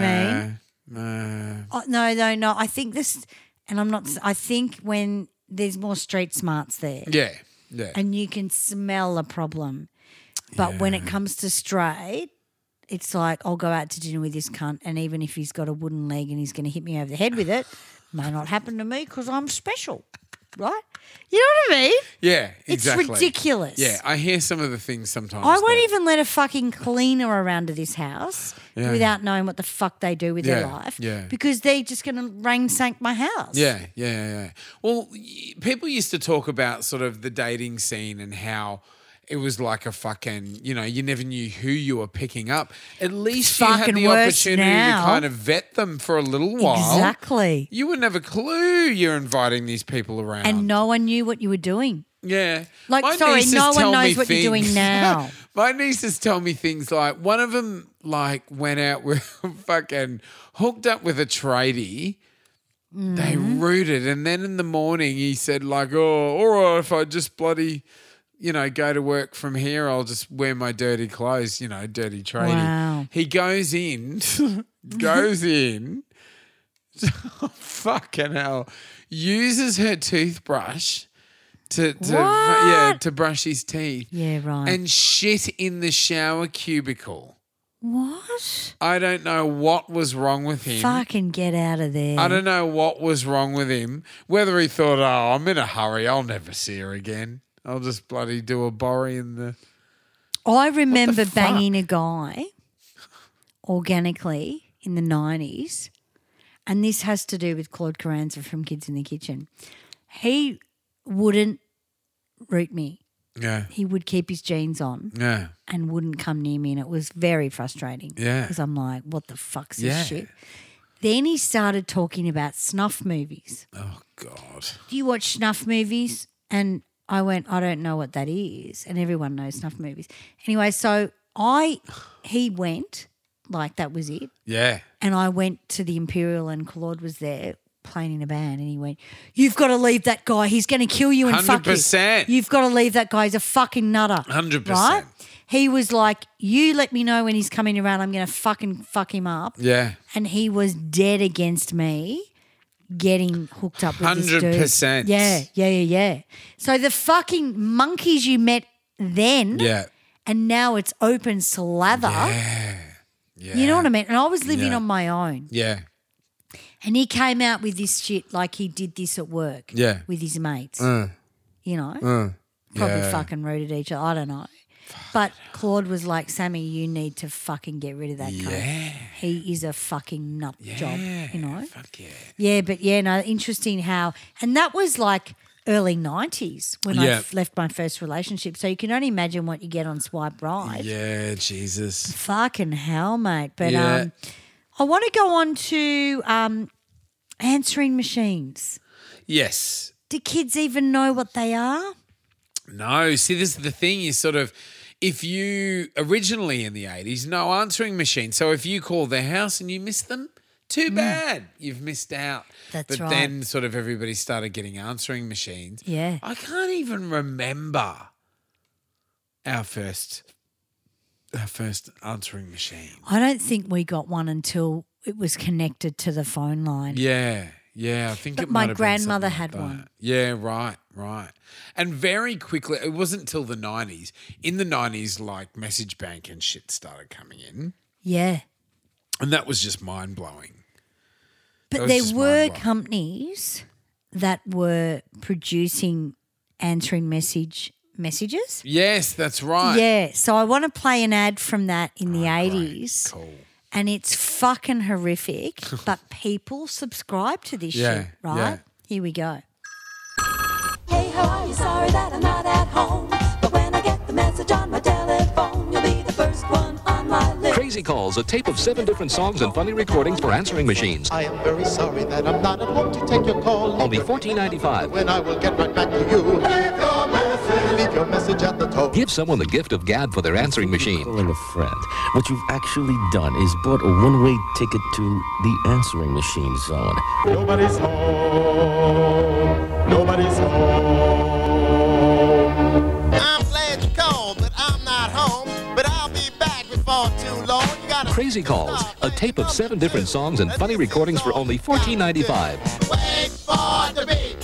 Speaker 1: mean?
Speaker 3: Nah, nah.
Speaker 1: Oh, no, no, no. I think this, and I'm not. I think when there's more street smarts there,
Speaker 3: Yeah. Yeah.
Speaker 1: and you can smell a problem. But when it comes to straight, it's like I'll go out to dinner with this cunt, and even if he's got a wooden leg and he's going to hit me over the head with it, may not happen to me because I'm special, right? You know what I mean?
Speaker 3: yeah.
Speaker 1: It's
Speaker 3: Exactly.
Speaker 1: ridiculous.
Speaker 3: Yeah, I hear some of the things sometimes.
Speaker 1: I won't
Speaker 3: that-
Speaker 1: even let a fucking cleaner around to this house
Speaker 3: Yeah.
Speaker 1: without knowing what the fuck they do with their
Speaker 3: Yeah,
Speaker 1: life.
Speaker 3: yeah.
Speaker 1: Because they're just going to rain sank my house.
Speaker 3: Yeah, yeah, yeah, yeah. Well, y- people used to talk about sort of the dating scene and how it was like a fucking, you know, you never knew who you were picking up. At least you had
Speaker 1: fucking
Speaker 3: the
Speaker 1: worse
Speaker 3: opportunity
Speaker 1: now.
Speaker 3: to kind of vet them for a little while.
Speaker 1: Exactly.
Speaker 3: You would never clue you're inviting these people around.
Speaker 1: And no one knew what you were doing.
Speaker 3: Yeah.
Speaker 1: Like,
Speaker 3: My
Speaker 1: sorry,
Speaker 3: nieces
Speaker 1: no one
Speaker 3: tell me
Speaker 1: knows what you're doing
Speaker 3: things-
Speaker 1: now.
Speaker 3: [laughs] My nieces tell me things like one of them like went out with [laughs] fucking hooked up with a tradie. They
Speaker 1: Mm.
Speaker 3: rooted, and then in the morning he said like, "Oh, all right, if I just bloody." You know, go to work from here. I'll just wear my dirty clothes. You know, dirty tradie.
Speaker 1: Wow.
Speaker 3: He
Speaker 1: [laughs]
Speaker 3: goes in, [laughs] goes in. fucking hell! Uses her toothbrush to, to yeah
Speaker 1: What?
Speaker 3: to brush his teeth
Speaker 1: Yeah, right.
Speaker 3: and shit in the shower cubicle.
Speaker 1: what?
Speaker 3: I don't know what was wrong with him.
Speaker 1: Fucking get out of there.
Speaker 3: I don't know what was wrong with him. Whether he thought, "Oh, I'm in a hurry. I'll never see her again. I'll just bloody do a borry in the."
Speaker 1: I remember
Speaker 3: fuck?
Speaker 1: banging a guy organically in the 90s, and this has to do with Claude Carranza from Kids in the Kitchen. He wouldn't root me.
Speaker 3: Yeah,
Speaker 1: He would keep his jeans on
Speaker 3: yeah,
Speaker 1: and wouldn't come near me, and it was very frustrating.
Speaker 3: Yeah.
Speaker 1: Because I'm like, what the fuck's this
Speaker 3: Yeah.
Speaker 1: shit? Then he started talking about snuff movies
Speaker 3: Oh, God,
Speaker 1: do you watch snuff movies? And I went, I don't know what that is. And everyone knows snuff movies. Anyway, so I, he went, like that was it.
Speaker 3: yeah,
Speaker 1: And I went to the Imperial and Claude was there playing in a band and he went, You've got to leave that guy. He's going to kill you and fuck you.
Speaker 3: 100%.
Speaker 1: You've got to leave that guy. He's a fucking nutter.
Speaker 3: 100%.
Speaker 1: Right? He was like, You let me know when he's coming around. I'm going to fucking fuck him up.
Speaker 3: yeah,
Speaker 1: And he was dead against me getting hooked up with this dude.
Speaker 3: 100%.
Speaker 1: Yeah, yeah, yeah, yeah. So the fucking monkeys you met then
Speaker 3: yeah,
Speaker 1: and now it's open slather.
Speaker 3: yeah.
Speaker 1: You know what I mean? And I was living
Speaker 3: Yeah.
Speaker 1: on my own.
Speaker 3: Yeah,
Speaker 1: And he came out with this shit like he did this at work.
Speaker 3: Yeah.
Speaker 1: With his mates.
Speaker 3: Uh,
Speaker 1: You know? Probably
Speaker 3: yeah.
Speaker 1: fucking rooted each other. I don't know. But Claude was like, Sammy, you need to fucking get rid of that guy.
Speaker 3: yeah,
Speaker 1: He is a fucking nut job. You know?
Speaker 3: fuck yeah.
Speaker 1: Yeah, but yeah, no, interesting how, and that was like early 90s when I
Speaker 3: Yeah.
Speaker 1: f- left my first relationship. So you can only imagine what you get on Swipe Right.
Speaker 3: Yeah, Jesus.
Speaker 1: Fucking hell, mate. But
Speaker 3: Yeah.
Speaker 1: um, I want to go on to um, answering machines.
Speaker 3: Yes.
Speaker 1: Do kids even know what they are?
Speaker 3: No. See, this is the thing is sort of if you originally in the 80s, no answering machine. So if you call their house and you miss them, too bad. You've missed out.
Speaker 1: Mm. That's
Speaker 3: but
Speaker 1: right.
Speaker 3: then sort of everybody started getting answering machines.
Speaker 1: Yeah.
Speaker 3: I can't even remember our first our first answering machine.
Speaker 1: I don't think we got one until it was connected to the phone line.
Speaker 3: Yeah, yeah. I think
Speaker 1: But
Speaker 3: it
Speaker 1: my
Speaker 3: might have been something
Speaker 1: grandmother
Speaker 3: like
Speaker 1: had
Speaker 3: that.
Speaker 1: one.
Speaker 3: Yeah, right, right. And very quickly, it wasn't till the nineties. In the nineties, like message bank and shit started coming in,
Speaker 1: Yeah.
Speaker 3: and that was just mind blowing. That
Speaker 1: But
Speaker 3: was
Speaker 1: there
Speaker 3: just
Speaker 1: were
Speaker 3: mind-blowing.
Speaker 1: companies that were producing answering message messages.
Speaker 3: Yes, that's right. Oh,
Speaker 1: Yeah. So I want to play an ad from that in the eighties.
Speaker 3: Cool.
Speaker 1: And it's fucking
Speaker 3: [laughs]
Speaker 1: horrific. but people subscribe to this
Speaker 3: Yeah,
Speaker 1: shit, right?
Speaker 3: yeah.
Speaker 1: Here we go.
Speaker 7: Hey ho, are you sorry that I'm not at home? But when I get the message on my telephone, you'll be the first one
Speaker 8: calls, a tape of seven different songs and funny recordings for answering machines.
Speaker 9: I am very sorry that I'm not at home to take your call.
Speaker 8: Only $14.95.
Speaker 9: When I will get right back to you. Leave your message. Leave your message at the tone.
Speaker 8: Give someone the gift of gab for their answering machine.
Speaker 10: Calling a friend. What you've actually done is bought a one way ticket to the answering machine zone.
Speaker 9: Nobody's home. Nobody's home.
Speaker 11: I'm glad you called, but I'm not home. But I'll be back before too long. You gotta
Speaker 8: Crazy Calls, a tape of seven different songs and funny recordings for only $14.95.
Speaker 11: wait for the beat.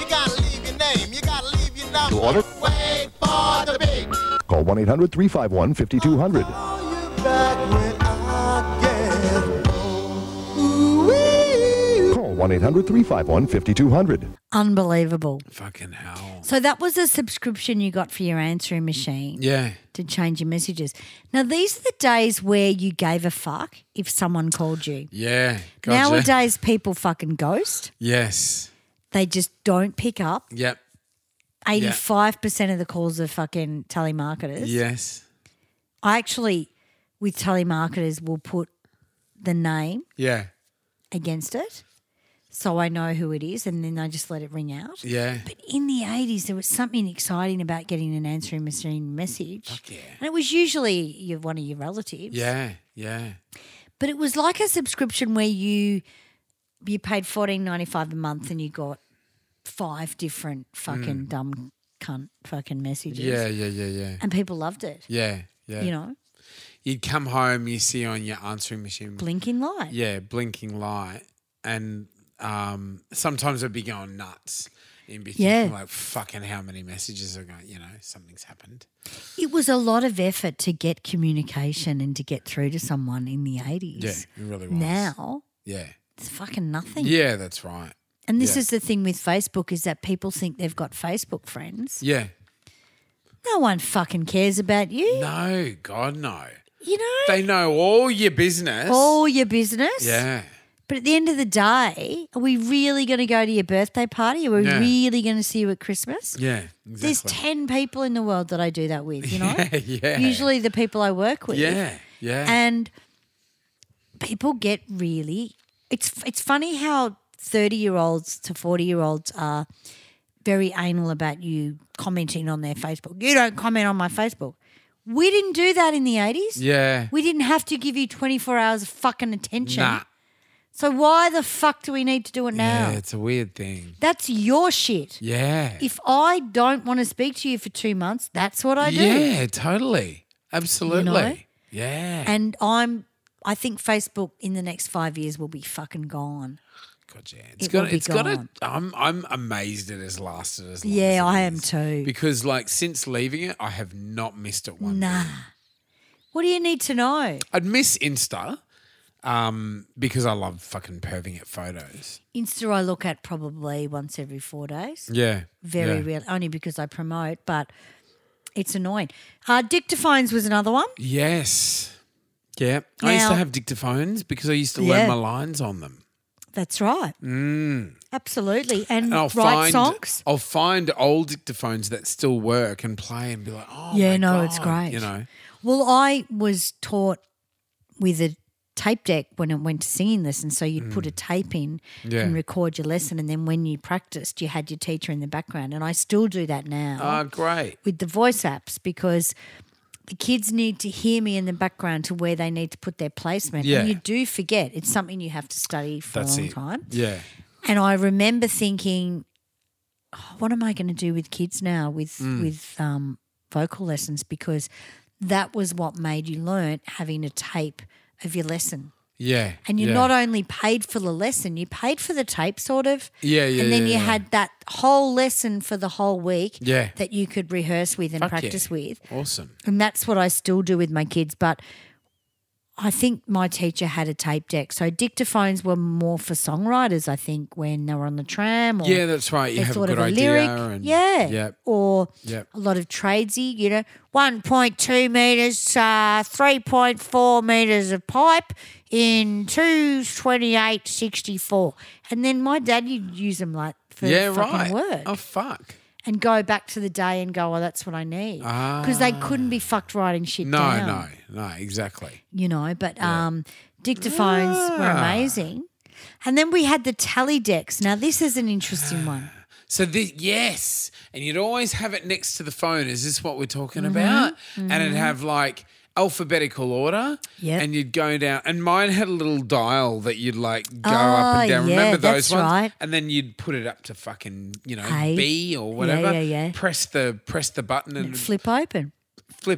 Speaker 11: You gotta leave your name. You gotta leave your number.
Speaker 8: To order?
Speaker 11: Wait for the beat.
Speaker 12: Call 1 800 351 5200.
Speaker 11: Call you back when I get home. Ooh-wee.
Speaker 12: Call 1 800 351 5200.
Speaker 1: Unbelievable.
Speaker 3: Fucking hell.
Speaker 1: So that was a subscription you got for your answering machine
Speaker 3: Yeah.
Speaker 1: to change your messages. Now these are the days where you gave a fuck if someone called you.
Speaker 3: Yeah. Gotcha.
Speaker 1: Nowadays people fucking ghost.
Speaker 3: Yes.
Speaker 1: They just don't pick up.
Speaker 3: Yep.
Speaker 1: 85% of the calls are fucking telemarketers.
Speaker 3: Yes.
Speaker 1: I actually with telemarketers will put the name
Speaker 3: Yeah.
Speaker 1: against it so I know who it is and then I just let it ring out.
Speaker 3: Yeah.
Speaker 1: But in the 80s, there was something exciting about getting an answering machine message.
Speaker 3: yeah.
Speaker 1: And it was usually your, one of your relatives.
Speaker 3: Yeah. Yeah.
Speaker 1: But it was like a subscription where you you paid fourteen ninety five a month and you got five different fucking dumb cunt fucking messages.
Speaker 3: Mm. Yeah. Yeah. Yeah. Yeah.
Speaker 1: And people loved it.
Speaker 3: Yeah. Yeah.
Speaker 1: You know,
Speaker 3: You'd come home, you see on your answering machine,
Speaker 1: blinking light.
Speaker 3: yeah, blinking light, and um, sometimes I'd be going nuts. In be
Speaker 1: Yeah.
Speaker 3: thinking like fucking how many messages are going, you know, something's happened.
Speaker 1: It was a lot of effort to get communication and to get through to someone in the 80s.
Speaker 3: Yeah, it really was.
Speaker 1: Now,
Speaker 3: Yeah.
Speaker 1: it's fucking nothing.
Speaker 3: Yeah, that's right.
Speaker 1: And this
Speaker 3: Yeah.
Speaker 1: is the thing with Facebook is that people think they've got Facebook friends.
Speaker 3: Yeah.
Speaker 1: No one fucking cares about you.
Speaker 3: No, God, no.
Speaker 1: You know,
Speaker 3: They know all your business.
Speaker 1: all your business.
Speaker 3: Yeah.
Speaker 1: But at the end of the day, are we really going to go to your birthday party? Are we
Speaker 3: Yeah.
Speaker 1: really going to see you at Christmas?
Speaker 3: Yeah.
Speaker 1: There's
Speaker 3: Exactly.
Speaker 1: 10 people in the world that I do that with,
Speaker 3: [laughs]
Speaker 1: you know?
Speaker 3: yeah.
Speaker 1: Usually the people I work with.
Speaker 3: Yeah. Yeah.
Speaker 1: And people get really it's it's funny how 30-year-olds to 40-year-olds are very anal about you commenting on their Facebook. You don't comment on my Facebook. We didn't do that in the 80s.
Speaker 3: yeah.
Speaker 1: We didn't have to give you 24 hours of fucking attention.
Speaker 3: Nah.
Speaker 1: So why the fuck do we need to do it now?
Speaker 3: Yeah, it's a weird thing.
Speaker 1: That's your shit.
Speaker 3: Yeah.
Speaker 1: If I don't want to speak to you for two months, that's what I do.
Speaker 3: Yeah, totally. Absolutely. Yeah.
Speaker 1: And I'm I think Facebook in the next five years will be fucking gone.
Speaker 3: God, yeah. It's
Speaker 1: It
Speaker 3: got
Speaker 1: will be
Speaker 3: it's got a
Speaker 1: gone.
Speaker 3: I'm I'm amazed it has lasted as long as
Speaker 1: Yeah,
Speaker 3: it
Speaker 1: I am
Speaker 3: has.
Speaker 1: too.
Speaker 3: Because like since leaving it, I have not missed it one.
Speaker 1: nah.
Speaker 3: bit.
Speaker 1: What do you need to know?
Speaker 3: I'd miss Insta um because I love fucking perving at photos.
Speaker 1: Insta I look at probably once every four days.
Speaker 3: Yeah.
Speaker 1: Very
Speaker 3: yeah.
Speaker 1: real, only because I promote, but it's annoying. Uh, dictaphones was another one.
Speaker 3: Yes. Yeah. I used
Speaker 1: Now-
Speaker 3: to have dictaphones because I used to
Speaker 1: Yeah.
Speaker 3: learn my lines on them.
Speaker 1: That's right. Absolutely. And,
Speaker 3: And I'll
Speaker 1: Mm, write
Speaker 3: Mm. find
Speaker 1: songs.
Speaker 3: I'll find old dictaphones that still work and play and be like, oh
Speaker 1: Yeah,
Speaker 3: my
Speaker 1: no, it's
Speaker 3: God, You
Speaker 1: great.
Speaker 3: know,
Speaker 1: Well, I was taught with a tape deck when it went to singing lesson. So you'd put a tape in
Speaker 3: Mm. Yeah.
Speaker 1: and record your lesson. And then when you practiced, you had your teacher in the background. And I still do that now
Speaker 3: oh great,
Speaker 1: with the voice apps because the kids need to hear me in the background to where they need to put their placement.
Speaker 3: Yeah.
Speaker 1: And you do forget. It's something you have to study for
Speaker 3: that's
Speaker 1: a long
Speaker 3: it.
Speaker 1: time.
Speaker 3: Yeah,
Speaker 1: And I remember thinking, oh, what am I going to do with kids now with
Speaker 3: Mm.
Speaker 1: with um, vocal lessons? Because that was what made you learn having a tape of your lesson.
Speaker 3: yeah.
Speaker 1: And you
Speaker 3: yeah.
Speaker 1: not only paid for the lesson, you paid for the tape, sort of.
Speaker 3: Yeah, yeah,
Speaker 1: And then
Speaker 3: yeah,
Speaker 1: you
Speaker 3: yeah.
Speaker 1: had that whole lesson for the whole week
Speaker 3: Yeah.
Speaker 1: that you could rehearse with and
Speaker 3: Fuck yeah.
Speaker 1: practice with.
Speaker 3: awesome.
Speaker 1: And that's what I still do with my kids. But I think my teacher had a tape deck. So dictaphones were more for songwriters, I think, when they were on the tram or
Speaker 3: Yeah, that's right. You
Speaker 1: they
Speaker 3: have
Speaker 1: thought
Speaker 3: a good
Speaker 1: of a
Speaker 3: idea.
Speaker 1: lyric.
Speaker 3: And,
Speaker 1: yeah.
Speaker 3: yeah,
Speaker 1: Or
Speaker 3: yeah,
Speaker 1: a lot of tradesy, you know, 1.2 meters, uh, 3.4 meters of pipe in 228.64. And then my dad, you'd use them like for
Speaker 3: yeah.
Speaker 1: fucking
Speaker 3: Right.
Speaker 1: work.
Speaker 3: Oh fuck.
Speaker 1: and go back to the day and go, oh, that's what I need. Because they couldn't be fucked writing shit
Speaker 3: Ah. No,
Speaker 1: down.
Speaker 3: no, no, exactly.
Speaker 1: You know, but um, dictaphones were
Speaker 3: Ah.
Speaker 1: amazing. And then we had the tally decks. Now, this is an interesting one.
Speaker 3: So this, yes, and you'd always have it next to the phone. Is this what we're talking
Speaker 1: Mm-hmm.
Speaker 3: about? And it'd have like alphabetical order.
Speaker 1: Yep.
Speaker 3: And you'd go down, and mine had a little dial that you'd like go
Speaker 1: Ah,
Speaker 3: up and down.
Speaker 1: yeah,
Speaker 3: Remember those
Speaker 1: that's
Speaker 3: ones?
Speaker 1: right.
Speaker 3: And then you'd put it up to fucking you know
Speaker 1: A.
Speaker 3: B or
Speaker 1: Yeah,
Speaker 3: whatever.
Speaker 1: yeah, yeah.
Speaker 3: Press the press the button and,
Speaker 1: Flip
Speaker 3: flip.
Speaker 1: open.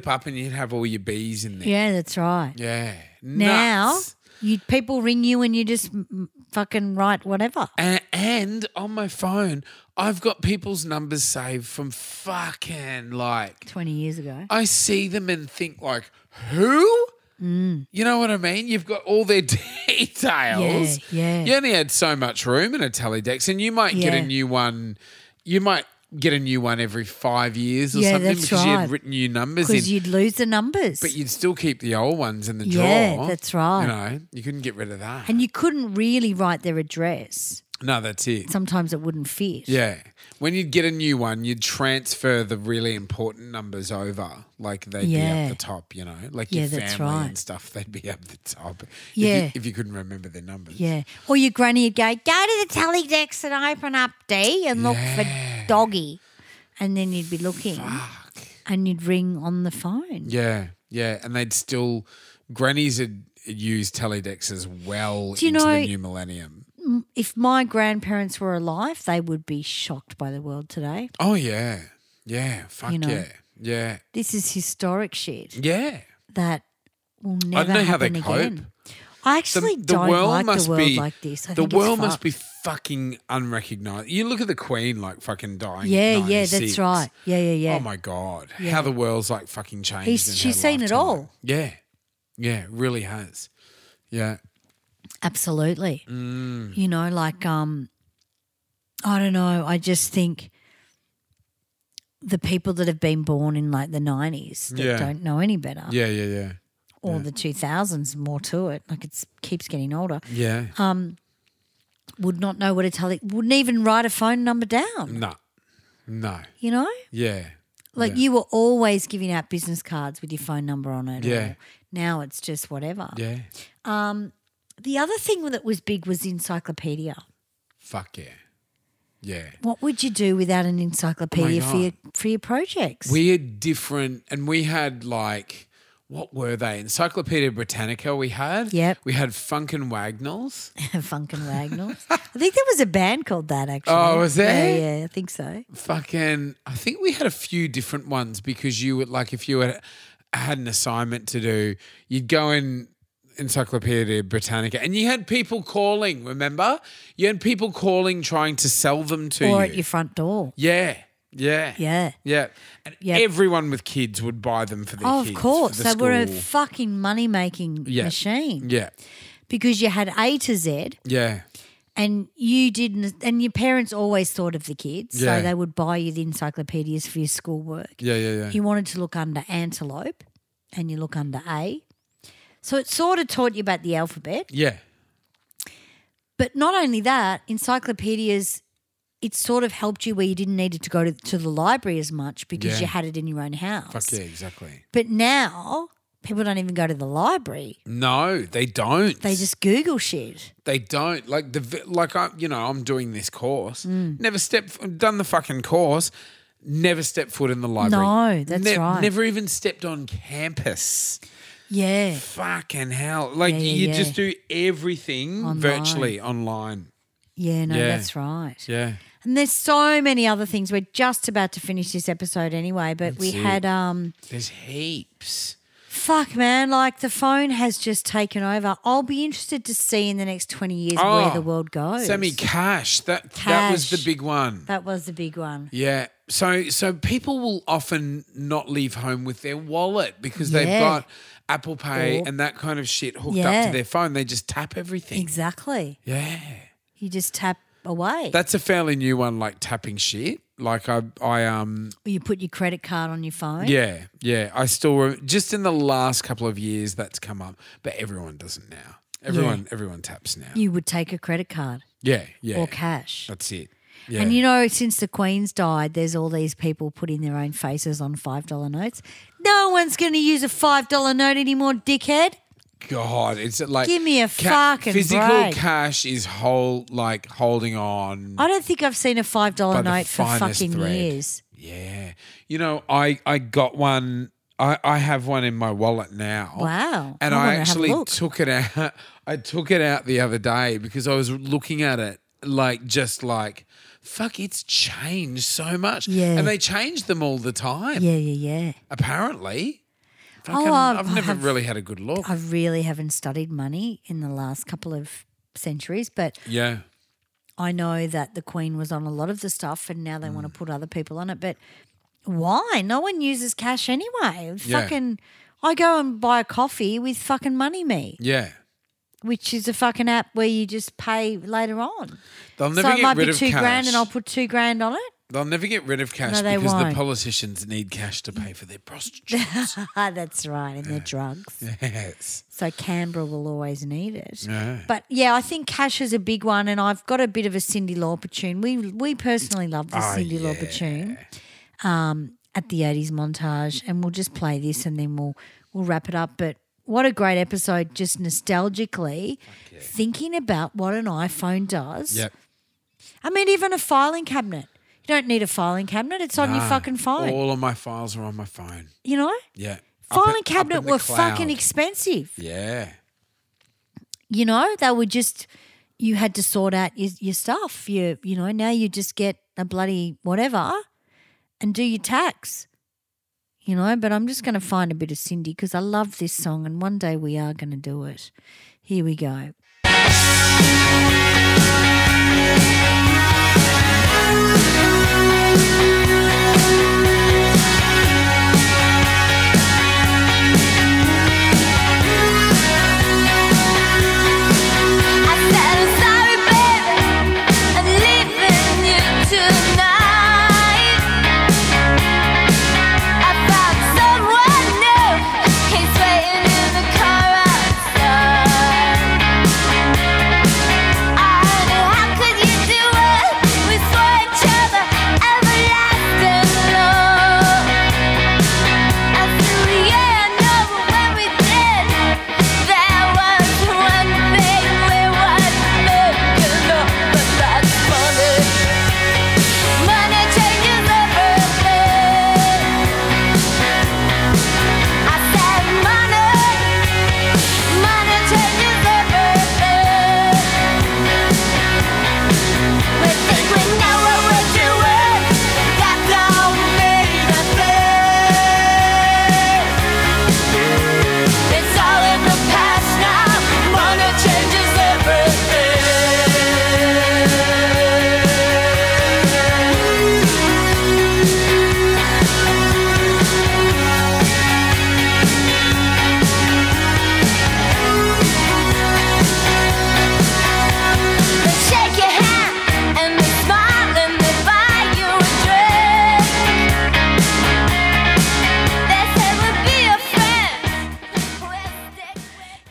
Speaker 3: up, and you'd have all your B's in there.
Speaker 1: Yeah, that's right.
Speaker 3: Yeah.
Speaker 1: Now,
Speaker 3: Nuts.
Speaker 1: you people ring you and you just mm, mm, fucking write whatever.
Speaker 3: And, and on my phone, I've got people's numbers saved from fucking like
Speaker 1: 20 years ago.
Speaker 3: I see them and think like, who?
Speaker 1: Mm.
Speaker 3: You know what I mean? You've got all their [laughs] details.
Speaker 1: yeah.
Speaker 3: You only had so much room in a tally dex, and you might get
Speaker 1: Yeah.
Speaker 3: a new one. You might get a new one every five years or
Speaker 1: Yeah,
Speaker 3: something
Speaker 1: that's
Speaker 3: because you
Speaker 1: right.
Speaker 3: had written new numbers in.
Speaker 1: Because you'd lose the numbers.
Speaker 3: but you'd still keep the old ones in the
Speaker 1: Yeah,
Speaker 3: drawer.
Speaker 1: that's right.
Speaker 3: You know, you couldn't get rid of that.
Speaker 1: and you couldn't really write their address.
Speaker 3: No, that's it.
Speaker 1: Sometimes it wouldn't fit.
Speaker 3: Yeah. When you'd get a new one, you'd transfer the really important numbers over. Like they'd be
Speaker 1: Yeah.
Speaker 3: up the top, you know, like
Speaker 1: Yeah,
Speaker 3: your family
Speaker 1: that's
Speaker 3: and
Speaker 1: right.
Speaker 3: stuff, they'd be up the top. If
Speaker 1: Yeah.
Speaker 3: You, if you couldn't remember their numbers.
Speaker 1: Yeah. Or your granny would go, go to the tally decks and open up D and look for doggy. And then you'd be looking. And you'd ring on the phone.
Speaker 3: Yeah. Yeah. And they'd still, grannies had used teledex as well
Speaker 1: Do you
Speaker 3: into
Speaker 1: know-
Speaker 3: the new millennium.
Speaker 1: Mm, If my grandparents were alive, they would be shocked by the world today.
Speaker 3: Oh, yeah. Yeah. Fuck
Speaker 1: know.
Speaker 3: yeah. Yeah.
Speaker 1: This is historic shit
Speaker 3: Yeah.
Speaker 1: that will never
Speaker 3: I don't know how they
Speaker 1: happen
Speaker 3: cope.
Speaker 1: again. I actually don't like the world like this. I
Speaker 3: the
Speaker 1: think
Speaker 3: world
Speaker 1: it's
Speaker 3: must
Speaker 1: fucked.
Speaker 3: be fucking unrecognized. You look at the Queen like fucking dying.
Speaker 1: Yeah,
Speaker 3: at
Speaker 1: yeah, that's
Speaker 3: 96.
Speaker 1: right. Yeah, yeah, yeah.
Speaker 3: Oh my god,
Speaker 1: Yeah.
Speaker 3: how the world's like fucking changed. in
Speaker 1: He's,
Speaker 3: her
Speaker 1: she's seen it
Speaker 3: lifetime.
Speaker 1: all.
Speaker 3: Yeah, yeah, it really has. Yeah,
Speaker 1: Absolutely.
Speaker 3: Mm.
Speaker 1: You know, like um I don't know, I just think the people that have been born in like the 90s that
Speaker 3: Yeah.
Speaker 1: don't know any better
Speaker 3: yeah, yeah, yeah,
Speaker 1: or the 2000s more to it like it keeps getting older
Speaker 3: yeah.
Speaker 1: um would not know what to tell it wouldn't even write a phone number down
Speaker 3: no, no,
Speaker 1: you know
Speaker 3: yeah,
Speaker 1: like you were always giving out business cards with your phone number on it or-
Speaker 3: Yeah.
Speaker 1: now it's just whatever
Speaker 3: yeah.
Speaker 1: um the other thing that was big was the encyclopedia
Speaker 3: Fuck yeah, yeah.
Speaker 1: What would you do without an encyclopedia for
Speaker 3: God.
Speaker 1: your for your projects? [laughs]
Speaker 3: We had different, and we had like, what were they? Encyclopedia Britannica. We had.
Speaker 1: Yep.
Speaker 3: We had Funkin' Wagnalls.
Speaker 1: Funkin' Wagnalls. I think there was a band called that actually.
Speaker 3: Oh, was there?
Speaker 1: Yeah, yeah, I think so.
Speaker 3: fucking I think we had a few different ones because you would like if you had, had an assignment to do, you'd go in Encyclopedia Britannica and you had people calling, remember? You had people calling trying to sell them to
Speaker 1: or
Speaker 3: you.
Speaker 1: at your front door.
Speaker 3: yeah. Yeah.
Speaker 1: Yeah.
Speaker 3: Yeah. And
Speaker 1: Yep.
Speaker 3: everyone with kids would buy them for their
Speaker 1: Oh,
Speaker 3: kids.
Speaker 1: of
Speaker 3: for
Speaker 1: course.
Speaker 3: the
Speaker 1: they were a
Speaker 3: school.
Speaker 1: fucking money making
Speaker 3: Yeah.
Speaker 1: machine.
Speaker 3: Yeah.
Speaker 1: Because you had A to Z
Speaker 3: Yeah.
Speaker 1: and you didn't and your parents always thought of the kids.
Speaker 3: Yeah.
Speaker 1: So they would buy you the encyclopedias for your schoolwork.
Speaker 3: Yeah, yeah, yeah.
Speaker 1: You wanted to look under antelope and you look under A. So it sort of taught you about the alphabet.
Speaker 3: yeah.
Speaker 1: But not only that, encyclopedias, it sort of helped you where you didn't need to go to, to the library as much because
Speaker 3: Yeah.
Speaker 1: you had it in your own house.
Speaker 3: Fuck yeah, exactly.
Speaker 1: But now people don't even go to the library.
Speaker 3: No, they don't.
Speaker 1: They just Google shit.
Speaker 3: They don't like the vi- like I you know I'm doing this course.
Speaker 1: Mm.
Speaker 3: Never step done the fucking course. Never stepped foot in the library.
Speaker 1: No, that's right.
Speaker 3: Never even stepped on campus.
Speaker 1: Yeah.
Speaker 3: Fucking hell! Like
Speaker 1: Yeah, yeah,
Speaker 3: you
Speaker 1: yeah.
Speaker 3: just do everything
Speaker 1: Online.
Speaker 3: virtually online.
Speaker 1: Yeah, no,
Speaker 3: Yeah.
Speaker 1: that's right.
Speaker 3: Yeah,
Speaker 1: And there's so many other things. We're just about to finish this episode anyway, but we
Speaker 3: That's it.
Speaker 1: had um
Speaker 3: there's heaps.
Speaker 1: fuck man, like the phone has just taken over. I'll be interested to see in the next twenty years where
Speaker 3: Oh,
Speaker 1: the world goes.
Speaker 3: Sammy Cash. That that was the
Speaker 1: Cash.
Speaker 3: big one.
Speaker 1: that was the big one.
Speaker 3: Yeah. So so people will often not leave home with their wallet because they've
Speaker 1: Yeah.
Speaker 3: got Apple Pay
Speaker 1: Or-
Speaker 3: and that kind of shit hooked up
Speaker 1: Yeah.
Speaker 3: to their phone. They just tap everything.
Speaker 1: Exactly.
Speaker 3: Yeah.
Speaker 1: You just tap away.
Speaker 3: That's a fairly new one, like tapping shit. Like I I um
Speaker 1: Or you put your credit card on your phone.
Speaker 3: yeah, yeah. I still re- just in the last couple of years that's come up, but everyone doesn't now. Everyone everyone taps now.
Speaker 1: You would take a credit card
Speaker 3: Yeah, yeah.
Speaker 1: or cash.
Speaker 3: That's it. Yeah.
Speaker 1: And you know, since the Queen's died, there's all these people putting their own faces on $5 notes. No one's going to use a $5 note anymore, dickhead.
Speaker 3: God, it's like
Speaker 1: Give me a fucking
Speaker 3: physical
Speaker 1: break.
Speaker 3: cash is whole like holding on.
Speaker 1: I don't think I've seen a $5
Speaker 3: By the
Speaker 1: note for
Speaker 3: finest
Speaker 1: fucking
Speaker 3: thread.
Speaker 1: years.
Speaker 3: Yeah. You know, I I got one. I I have one in my wallet now.
Speaker 1: Wow.
Speaker 3: And
Speaker 1: I
Speaker 3: I,
Speaker 1: wanna have a
Speaker 3: actually
Speaker 1: look.
Speaker 3: took it out. [laughs] I took it out the other day because I was looking at it like just like fuck it's changed so much.
Speaker 1: Yeah.
Speaker 3: And they change them all the time.
Speaker 1: Yeah, yeah, yeah.
Speaker 3: Apparently.
Speaker 1: Oh,
Speaker 3: Fucking-
Speaker 1: I've-
Speaker 3: I've never
Speaker 1: I've-
Speaker 3: really had a good look.
Speaker 1: I really haven't studied money in the last couple of centuries, but
Speaker 3: yeah.
Speaker 1: I know that the Queen was on a lot of the stuff and now they
Speaker 3: Mm.
Speaker 1: want to put other people on it. But why? No one uses cash anyway.
Speaker 3: Yeah.
Speaker 1: Fucking, I go and buy a coffee with fucking Money Me,
Speaker 3: Yeah.
Speaker 1: which is a fucking app where you just pay later on.
Speaker 3: They'll
Speaker 1: So
Speaker 3: never
Speaker 1: it
Speaker 3: get
Speaker 1: might
Speaker 3: rid
Speaker 1: be
Speaker 3: of
Speaker 1: two
Speaker 3: cash.
Speaker 1: grand and I'll put two grand on it. [laughs]
Speaker 3: They'll never get rid of cash
Speaker 1: No, they
Speaker 3: because the
Speaker 1: won't.
Speaker 3: politicians need cash to pay for their prostitutes.
Speaker 1: [laughs] Ah, That's right, and their drugs.
Speaker 3: Yes.
Speaker 1: So Canberra will always need it.
Speaker 3: Yeah.
Speaker 1: But yeah, I think cash is a big one, and I've got a bit of a Cindy Lauper tune. We we personally love the
Speaker 3: Oh,
Speaker 1: Cindy Lauper tune um, at the '80s montage, and we'll just play this, and then we'll we'll wrap it up. But what a great episode! Just nostalgically thinking about what an iPhone does.
Speaker 3: Yep.
Speaker 1: I mean, even a filing cabinet. You don't need a filing cabinet; it's on your
Speaker 3: Nah,
Speaker 1: fucking phone.
Speaker 3: All of my files are on my phone.
Speaker 1: you know,
Speaker 3: Yeah. Up in-
Speaker 1: filing
Speaker 3: up in
Speaker 1: cabinet
Speaker 3: the
Speaker 1: were
Speaker 3: cloud.
Speaker 1: fucking expensive.
Speaker 3: Yeah.
Speaker 1: you know they were just you had to sort out your, your stuff you you know now you just get a bloody whatever and do your tax you know but i'm just going to find a bit of cindy because i love this song and one day we are going to do it here we go
Speaker 6: It's all in the past now. Money changes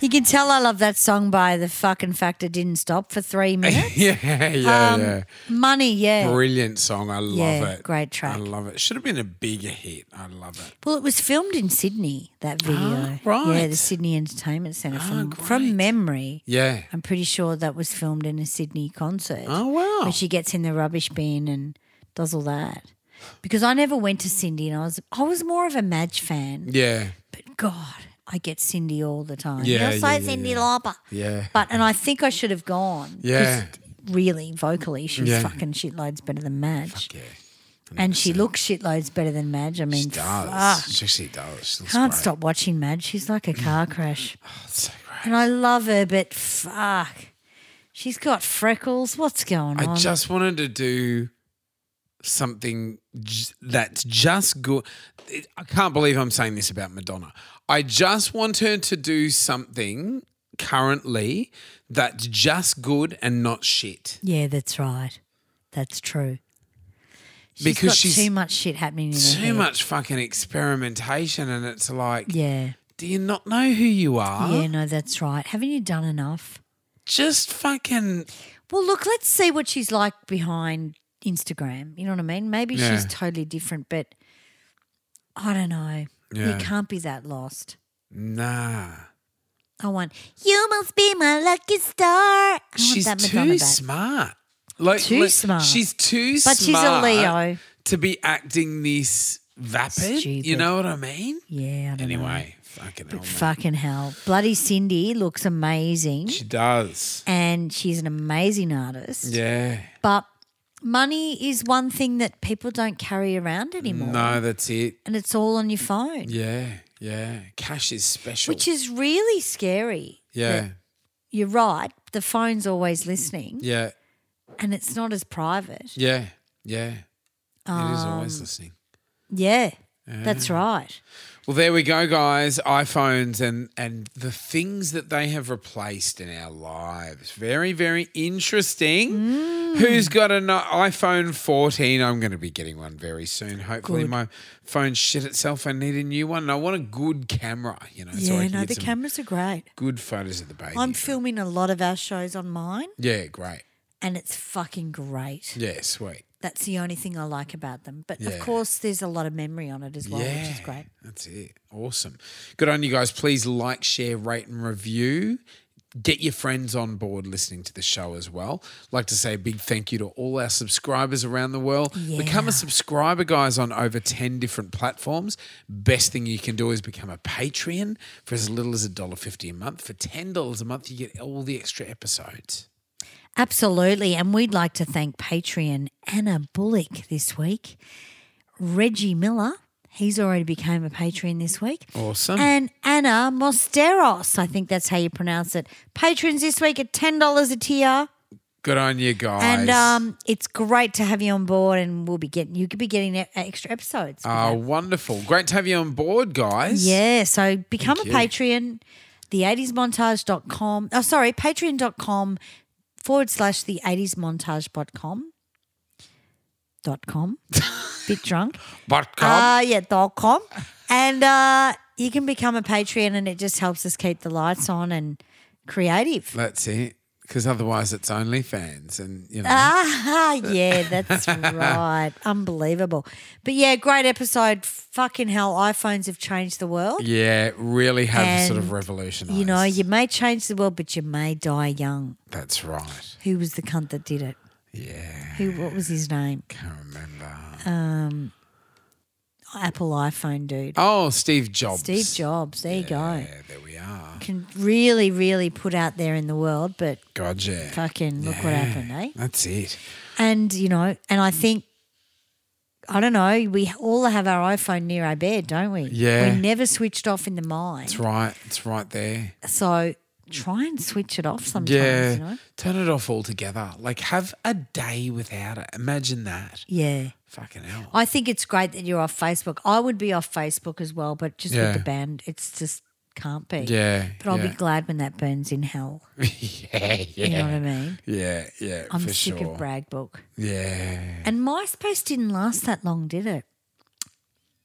Speaker 1: you can tell i love that song by the fucking fact it didn't stop for three minutes
Speaker 3: [laughs] Yeah. Yeah.
Speaker 1: Um,
Speaker 3: yeah.
Speaker 1: money yeah
Speaker 3: Brilliant song. I love
Speaker 1: Yeah,
Speaker 3: it.
Speaker 1: great
Speaker 3: I
Speaker 1: track.
Speaker 3: love it. Should have been a bigger hit. I love it.
Speaker 1: Well, it was filmed in Sydney, that video. Yeah,
Speaker 3: Ah, right. Ah,
Speaker 1: the Sydney Entertainment Centre. From, from memory,
Speaker 3: Yeah.
Speaker 1: I'm pretty sure that was filmed in a Sydney concert.
Speaker 3: Oh, wow.
Speaker 1: Where Um, she gets in the rubbish bin and does all that. Because I never went to Cindy and I was I was more of a Madge fan.
Speaker 3: Yeah.
Speaker 1: But God, I get Cindy all the time.
Speaker 3: Yeah,
Speaker 1: You're
Speaker 3: yeah,
Speaker 1: so
Speaker 3: yeah,
Speaker 1: Cindy
Speaker 3: yeah.
Speaker 1: Lauper.
Speaker 3: Yeah.
Speaker 1: But and I think I should have gone. 'cause
Speaker 3: Yeah.
Speaker 1: Really, vocally, she's
Speaker 3: Yeah.
Speaker 1: fucking shitloads better than Madge. And she looks shitloads better than Madge. I mean,
Speaker 3: She does.
Speaker 1: fuck.
Speaker 3: She, she does. She looks
Speaker 1: Can't
Speaker 3: great.
Speaker 1: stop watching Madge. She's like a car crash. And I love her, but fuck. She's got freckles. What's going on?
Speaker 3: I just wanted to do something j- that's just good. It- I can't believe I'm saying this about Madonna. I just want her to do something currently that's just good and not shit.
Speaker 1: Yeah, that's right. That's true. She's
Speaker 3: Because
Speaker 1: got
Speaker 3: she's
Speaker 1: too much shit happening in her
Speaker 3: Too
Speaker 1: head.
Speaker 3: much fucking experimentation, and it's like,
Speaker 1: Yeah.
Speaker 3: do you not know who you are?
Speaker 1: Yeah, no, that's right. Haven't you done enough?
Speaker 3: Just fucking
Speaker 1: Well, look, let's see what she's like behind Instagram. You know what I mean? Maybe
Speaker 3: Yeah.
Speaker 1: she's totally different, but I don't know.
Speaker 3: Yeah.
Speaker 1: You can't be that lost.
Speaker 3: Nah.
Speaker 1: I want you must be my lucky star. I want
Speaker 3: She's
Speaker 1: that Madonna
Speaker 3: too
Speaker 1: back.
Speaker 3: smart. Like
Speaker 1: Too
Speaker 3: like,
Speaker 1: smart.
Speaker 3: She's too
Speaker 1: But
Speaker 3: smart.
Speaker 1: she's a Leo.
Speaker 3: to be acting this vapid. You
Speaker 1: Stupid. Mm-hmm.
Speaker 3: know what I mean?
Speaker 1: Yeah. I don't
Speaker 3: Anyway, fucking hell.
Speaker 1: know. Fucking hell. Bloody Cindy looks amazing.
Speaker 3: She does.
Speaker 1: and she's an amazing artist.
Speaker 3: Yeah.
Speaker 1: But money is one thing that people don't carry around anymore.
Speaker 3: No, that's it.
Speaker 1: And it's all on your phone,
Speaker 3: Yeah, yeah. Cash is special.
Speaker 1: which is really scary.
Speaker 3: yeah,
Speaker 1: You're right. The phone's always listening
Speaker 3: yeah,
Speaker 1: and it's not as private.
Speaker 3: yeah, yeah. it is always
Speaker 1: Um,
Speaker 3: listening.
Speaker 1: Yeah, that's right.
Speaker 3: Well, there we go, guys. iPhones and and the things that they have replaced in our lives. Very, very interesting.
Speaker 1: Mm.
Speaker 3: Who's got an iPhone 14? I'm going to be getting one very soon. Hopefully,
Speaker 1: Good.
Speaker 3: my phone shit itself. I need a new one. And I want a good camera. You know, so I
Speaker 1: yeah,
Speaker 3: can
Speaker 1: no,
Speaker 3: get
Speaker 1: the
Speaker 3: some
Speaker 1: cameras are great.
Speaker 3: Good photos of the baby.
Speaker 1: I'm filming a lot of our shows on mine
Speaker 3: yeah, great.
Speaker 1: and it's fucking great.
Speaker 3: Yeah, sweet.
Speaker 1: That's the only thing I like about them. But
Speaker 3: Yeah.
Speaker 1: of course, there's a lot of memory on it as well, which is
Speaker 3: Yeah,
Speaker 1: great.
Speaker 3: That's it. Awesome. Good on you guys. Please like, share, rate, and review. Get your friends on board listening to the show as well. Like to say a big thank you to all our subscribers around the world. Become a subscriber, guys, on over 10 different platforms. Best thing you can do is become a Patreon for as little as $1.50 a month. For $10 a month, you get all the extra episodes.
Speaker 1: Absolutely. And we'd like to thank Patreon Anna Bullock this week, Reggie Miller. He's already become a Patreon this week.
Speaker 3: Awesome.
Speaker 1: And Anna Mosteros, I think that's how you pronounce it. Patrons this week at $10 a tier.
Speaker 3: Good on you guys.
Speaker 1: And um, it's great to have you on board, and we'll be getting you could be getting e- extra episodes. with
Speaker 3: Ah,
Speaker 1: that.
Speaker 3: wonderful. Great to have you on board, guys.
Speaker 1: Yeah, so become
Speaker 3: Thank
Speaker 1: a
Speaker 3: you.
Speaker 1: Patreon, the80smontage.com. Oh, sorry, patreon.com forward slash the 80s montage.com. Dot
Speaker 3: [laughs]
Speaker 1: com. Bit drunk.
Speaker 3: But
Speaker 1: Uh, yeah, dot com. And uh, you can become a Patreon and it just helps us keep the lights on and creative.
Speaker 3: That's it. Because otherwise, it's OnlyFans, and you know.
Speaker 1: Ah, [laughs] yeah, that's right. Unbelievable. But yeah, great episode. Fucking hell, iPhones have changed the world.
Speaker 3: yeah, it really have sort of
Speaker 1: And,
Speaker 3: revolutionised.
Speaker 1: You know, you may change the world, but you may die young.
Speaker 3: That's right.
Speaker 1: Who was the cunt that did it?
Speaker 3: Yeah.
Speaker 1: Who? What was his name?
Speaker 3: Can't remember.
Speaker 1: Um, Apple iPhone dude.
Speaker 3: Oh, Steve Jobs.
Speaker 1: Steve Jobs. There you go.
Speaker 3: Yeah, there we are.
Speaker 1: Can really, really put out there in the world, but
Speaker 3: God, yeah.
Speaker 1: fucking look what
Speaker 3: Yeah.
Speaker 1: happened, eh?
Speaker 3: That's it.
Speaker 1: And you know, and I think. I don't know. We all have our iPhone near our bed, don't we?
Speaker 3: Yeah.
Speaker 1: We never switched off in the mind.
Speaker 3: It's right. It's right there.
Speaker 1: So try and switch it off sometimes,
Speaker 3: yeah.
Speaker 1: you know?
Speaker 3: Turn it off altogether. Like, have a day without it. Imagine that.
Speaker 1: Yeah.
Speaker 3: Fucking hell.
Speaker 1: I think it's great that you're off Facebook. I would be off Facebook as well, but just
Speaker 3: Yeah.
Speaker 1: with the band, it's just can't be.
Speaker 3: Yeah,
Speaker 1: But I'll
Speaker 3: yeah. [laughs]
Speaker 1: be glad when that burns in hell.
Speaker 3: yeah, yeah.
Speaker 1: You know what I mean?
Speaker 3: Yeah, yeah.
Speaker 1: I'm
Speaker 3: for
Speaker 1: sick
Speaker 3: sure.
Speaker 1: of brag book.
Speaker 3: Yeah.
Speaker 1: And MySpace didn't last that long, did it?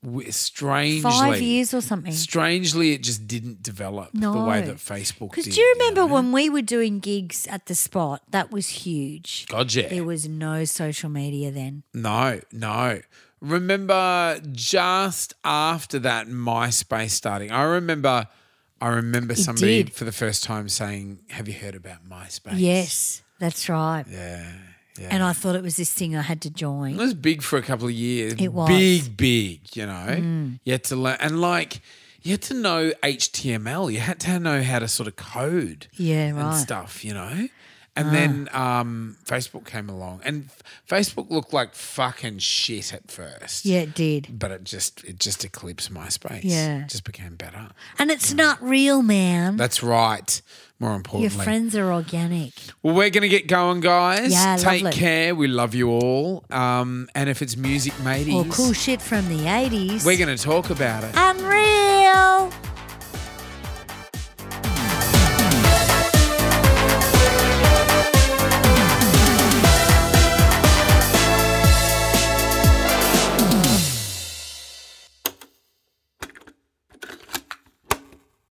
Speaker 3: W- Strangely.
Speaker 1: Five years or something.
Speaker 3: Strangely, it just didn't develop the way
Speaker 1: No.
Speaker 3: that Facebook did.
Speaker 1: Because do you remember when we were doing gigs at the spot? That was huge.
Speaker 3: God, Oh, yeah.
Speaker 1: There was no social media then.
Speaker 3: No, no. Remember just after that MySpace starting. I remember I remember
Speaker 1: It
Speaker 3: somebody
Speaker 1: did.
Speaker 3: for the first time saying, "Have you heard about MySpace?"
Speaker 1: Yes, that's right.
Speaker 3: Yeah. Yeah.
Speaker 1: And I thought it was this thing I had to join.
Speaker 3: It was big for a couple of years.
Speaker 1: It was.
Speaker 3: big, big. You know,
Speaker 1: Mm.
Speaker 3: you had to learn, and like you had to know HTML. You had to know how to sort of code,
Speaker 1: Yeah,
Speaker 3: and
Speaker 1: right.
Speaker 3: stuff. You know, and
Speaker 1: Ah.
Speaker 3: then um, Facebook came along, and Facebook looked like fucking shit at first.
Speaker 1: Yeah, it did.
Speaker 3: but it just it just eclipsed MySpace.
Speaker 1: Yeah.
Speaker 3: it just became better.
Speaker 1: And it's not real, man.
Speaker 3: That's right. More
Speaker 1: Your
Speaker 3: importantly,
Speaker 1: friends are organic.
Speaker 3: Well, we're going to get going, guys.
Speaker 1: Yeah,
Speaker 3: Take
Speaker 1: lovely.
Speaker 3: care. We love you all. Um, and if it's music, mateys,
Speaker 1: Or cool shit from the 80s.
Speaker 3: we're going to talk about it.
Speaker 1: Unreal.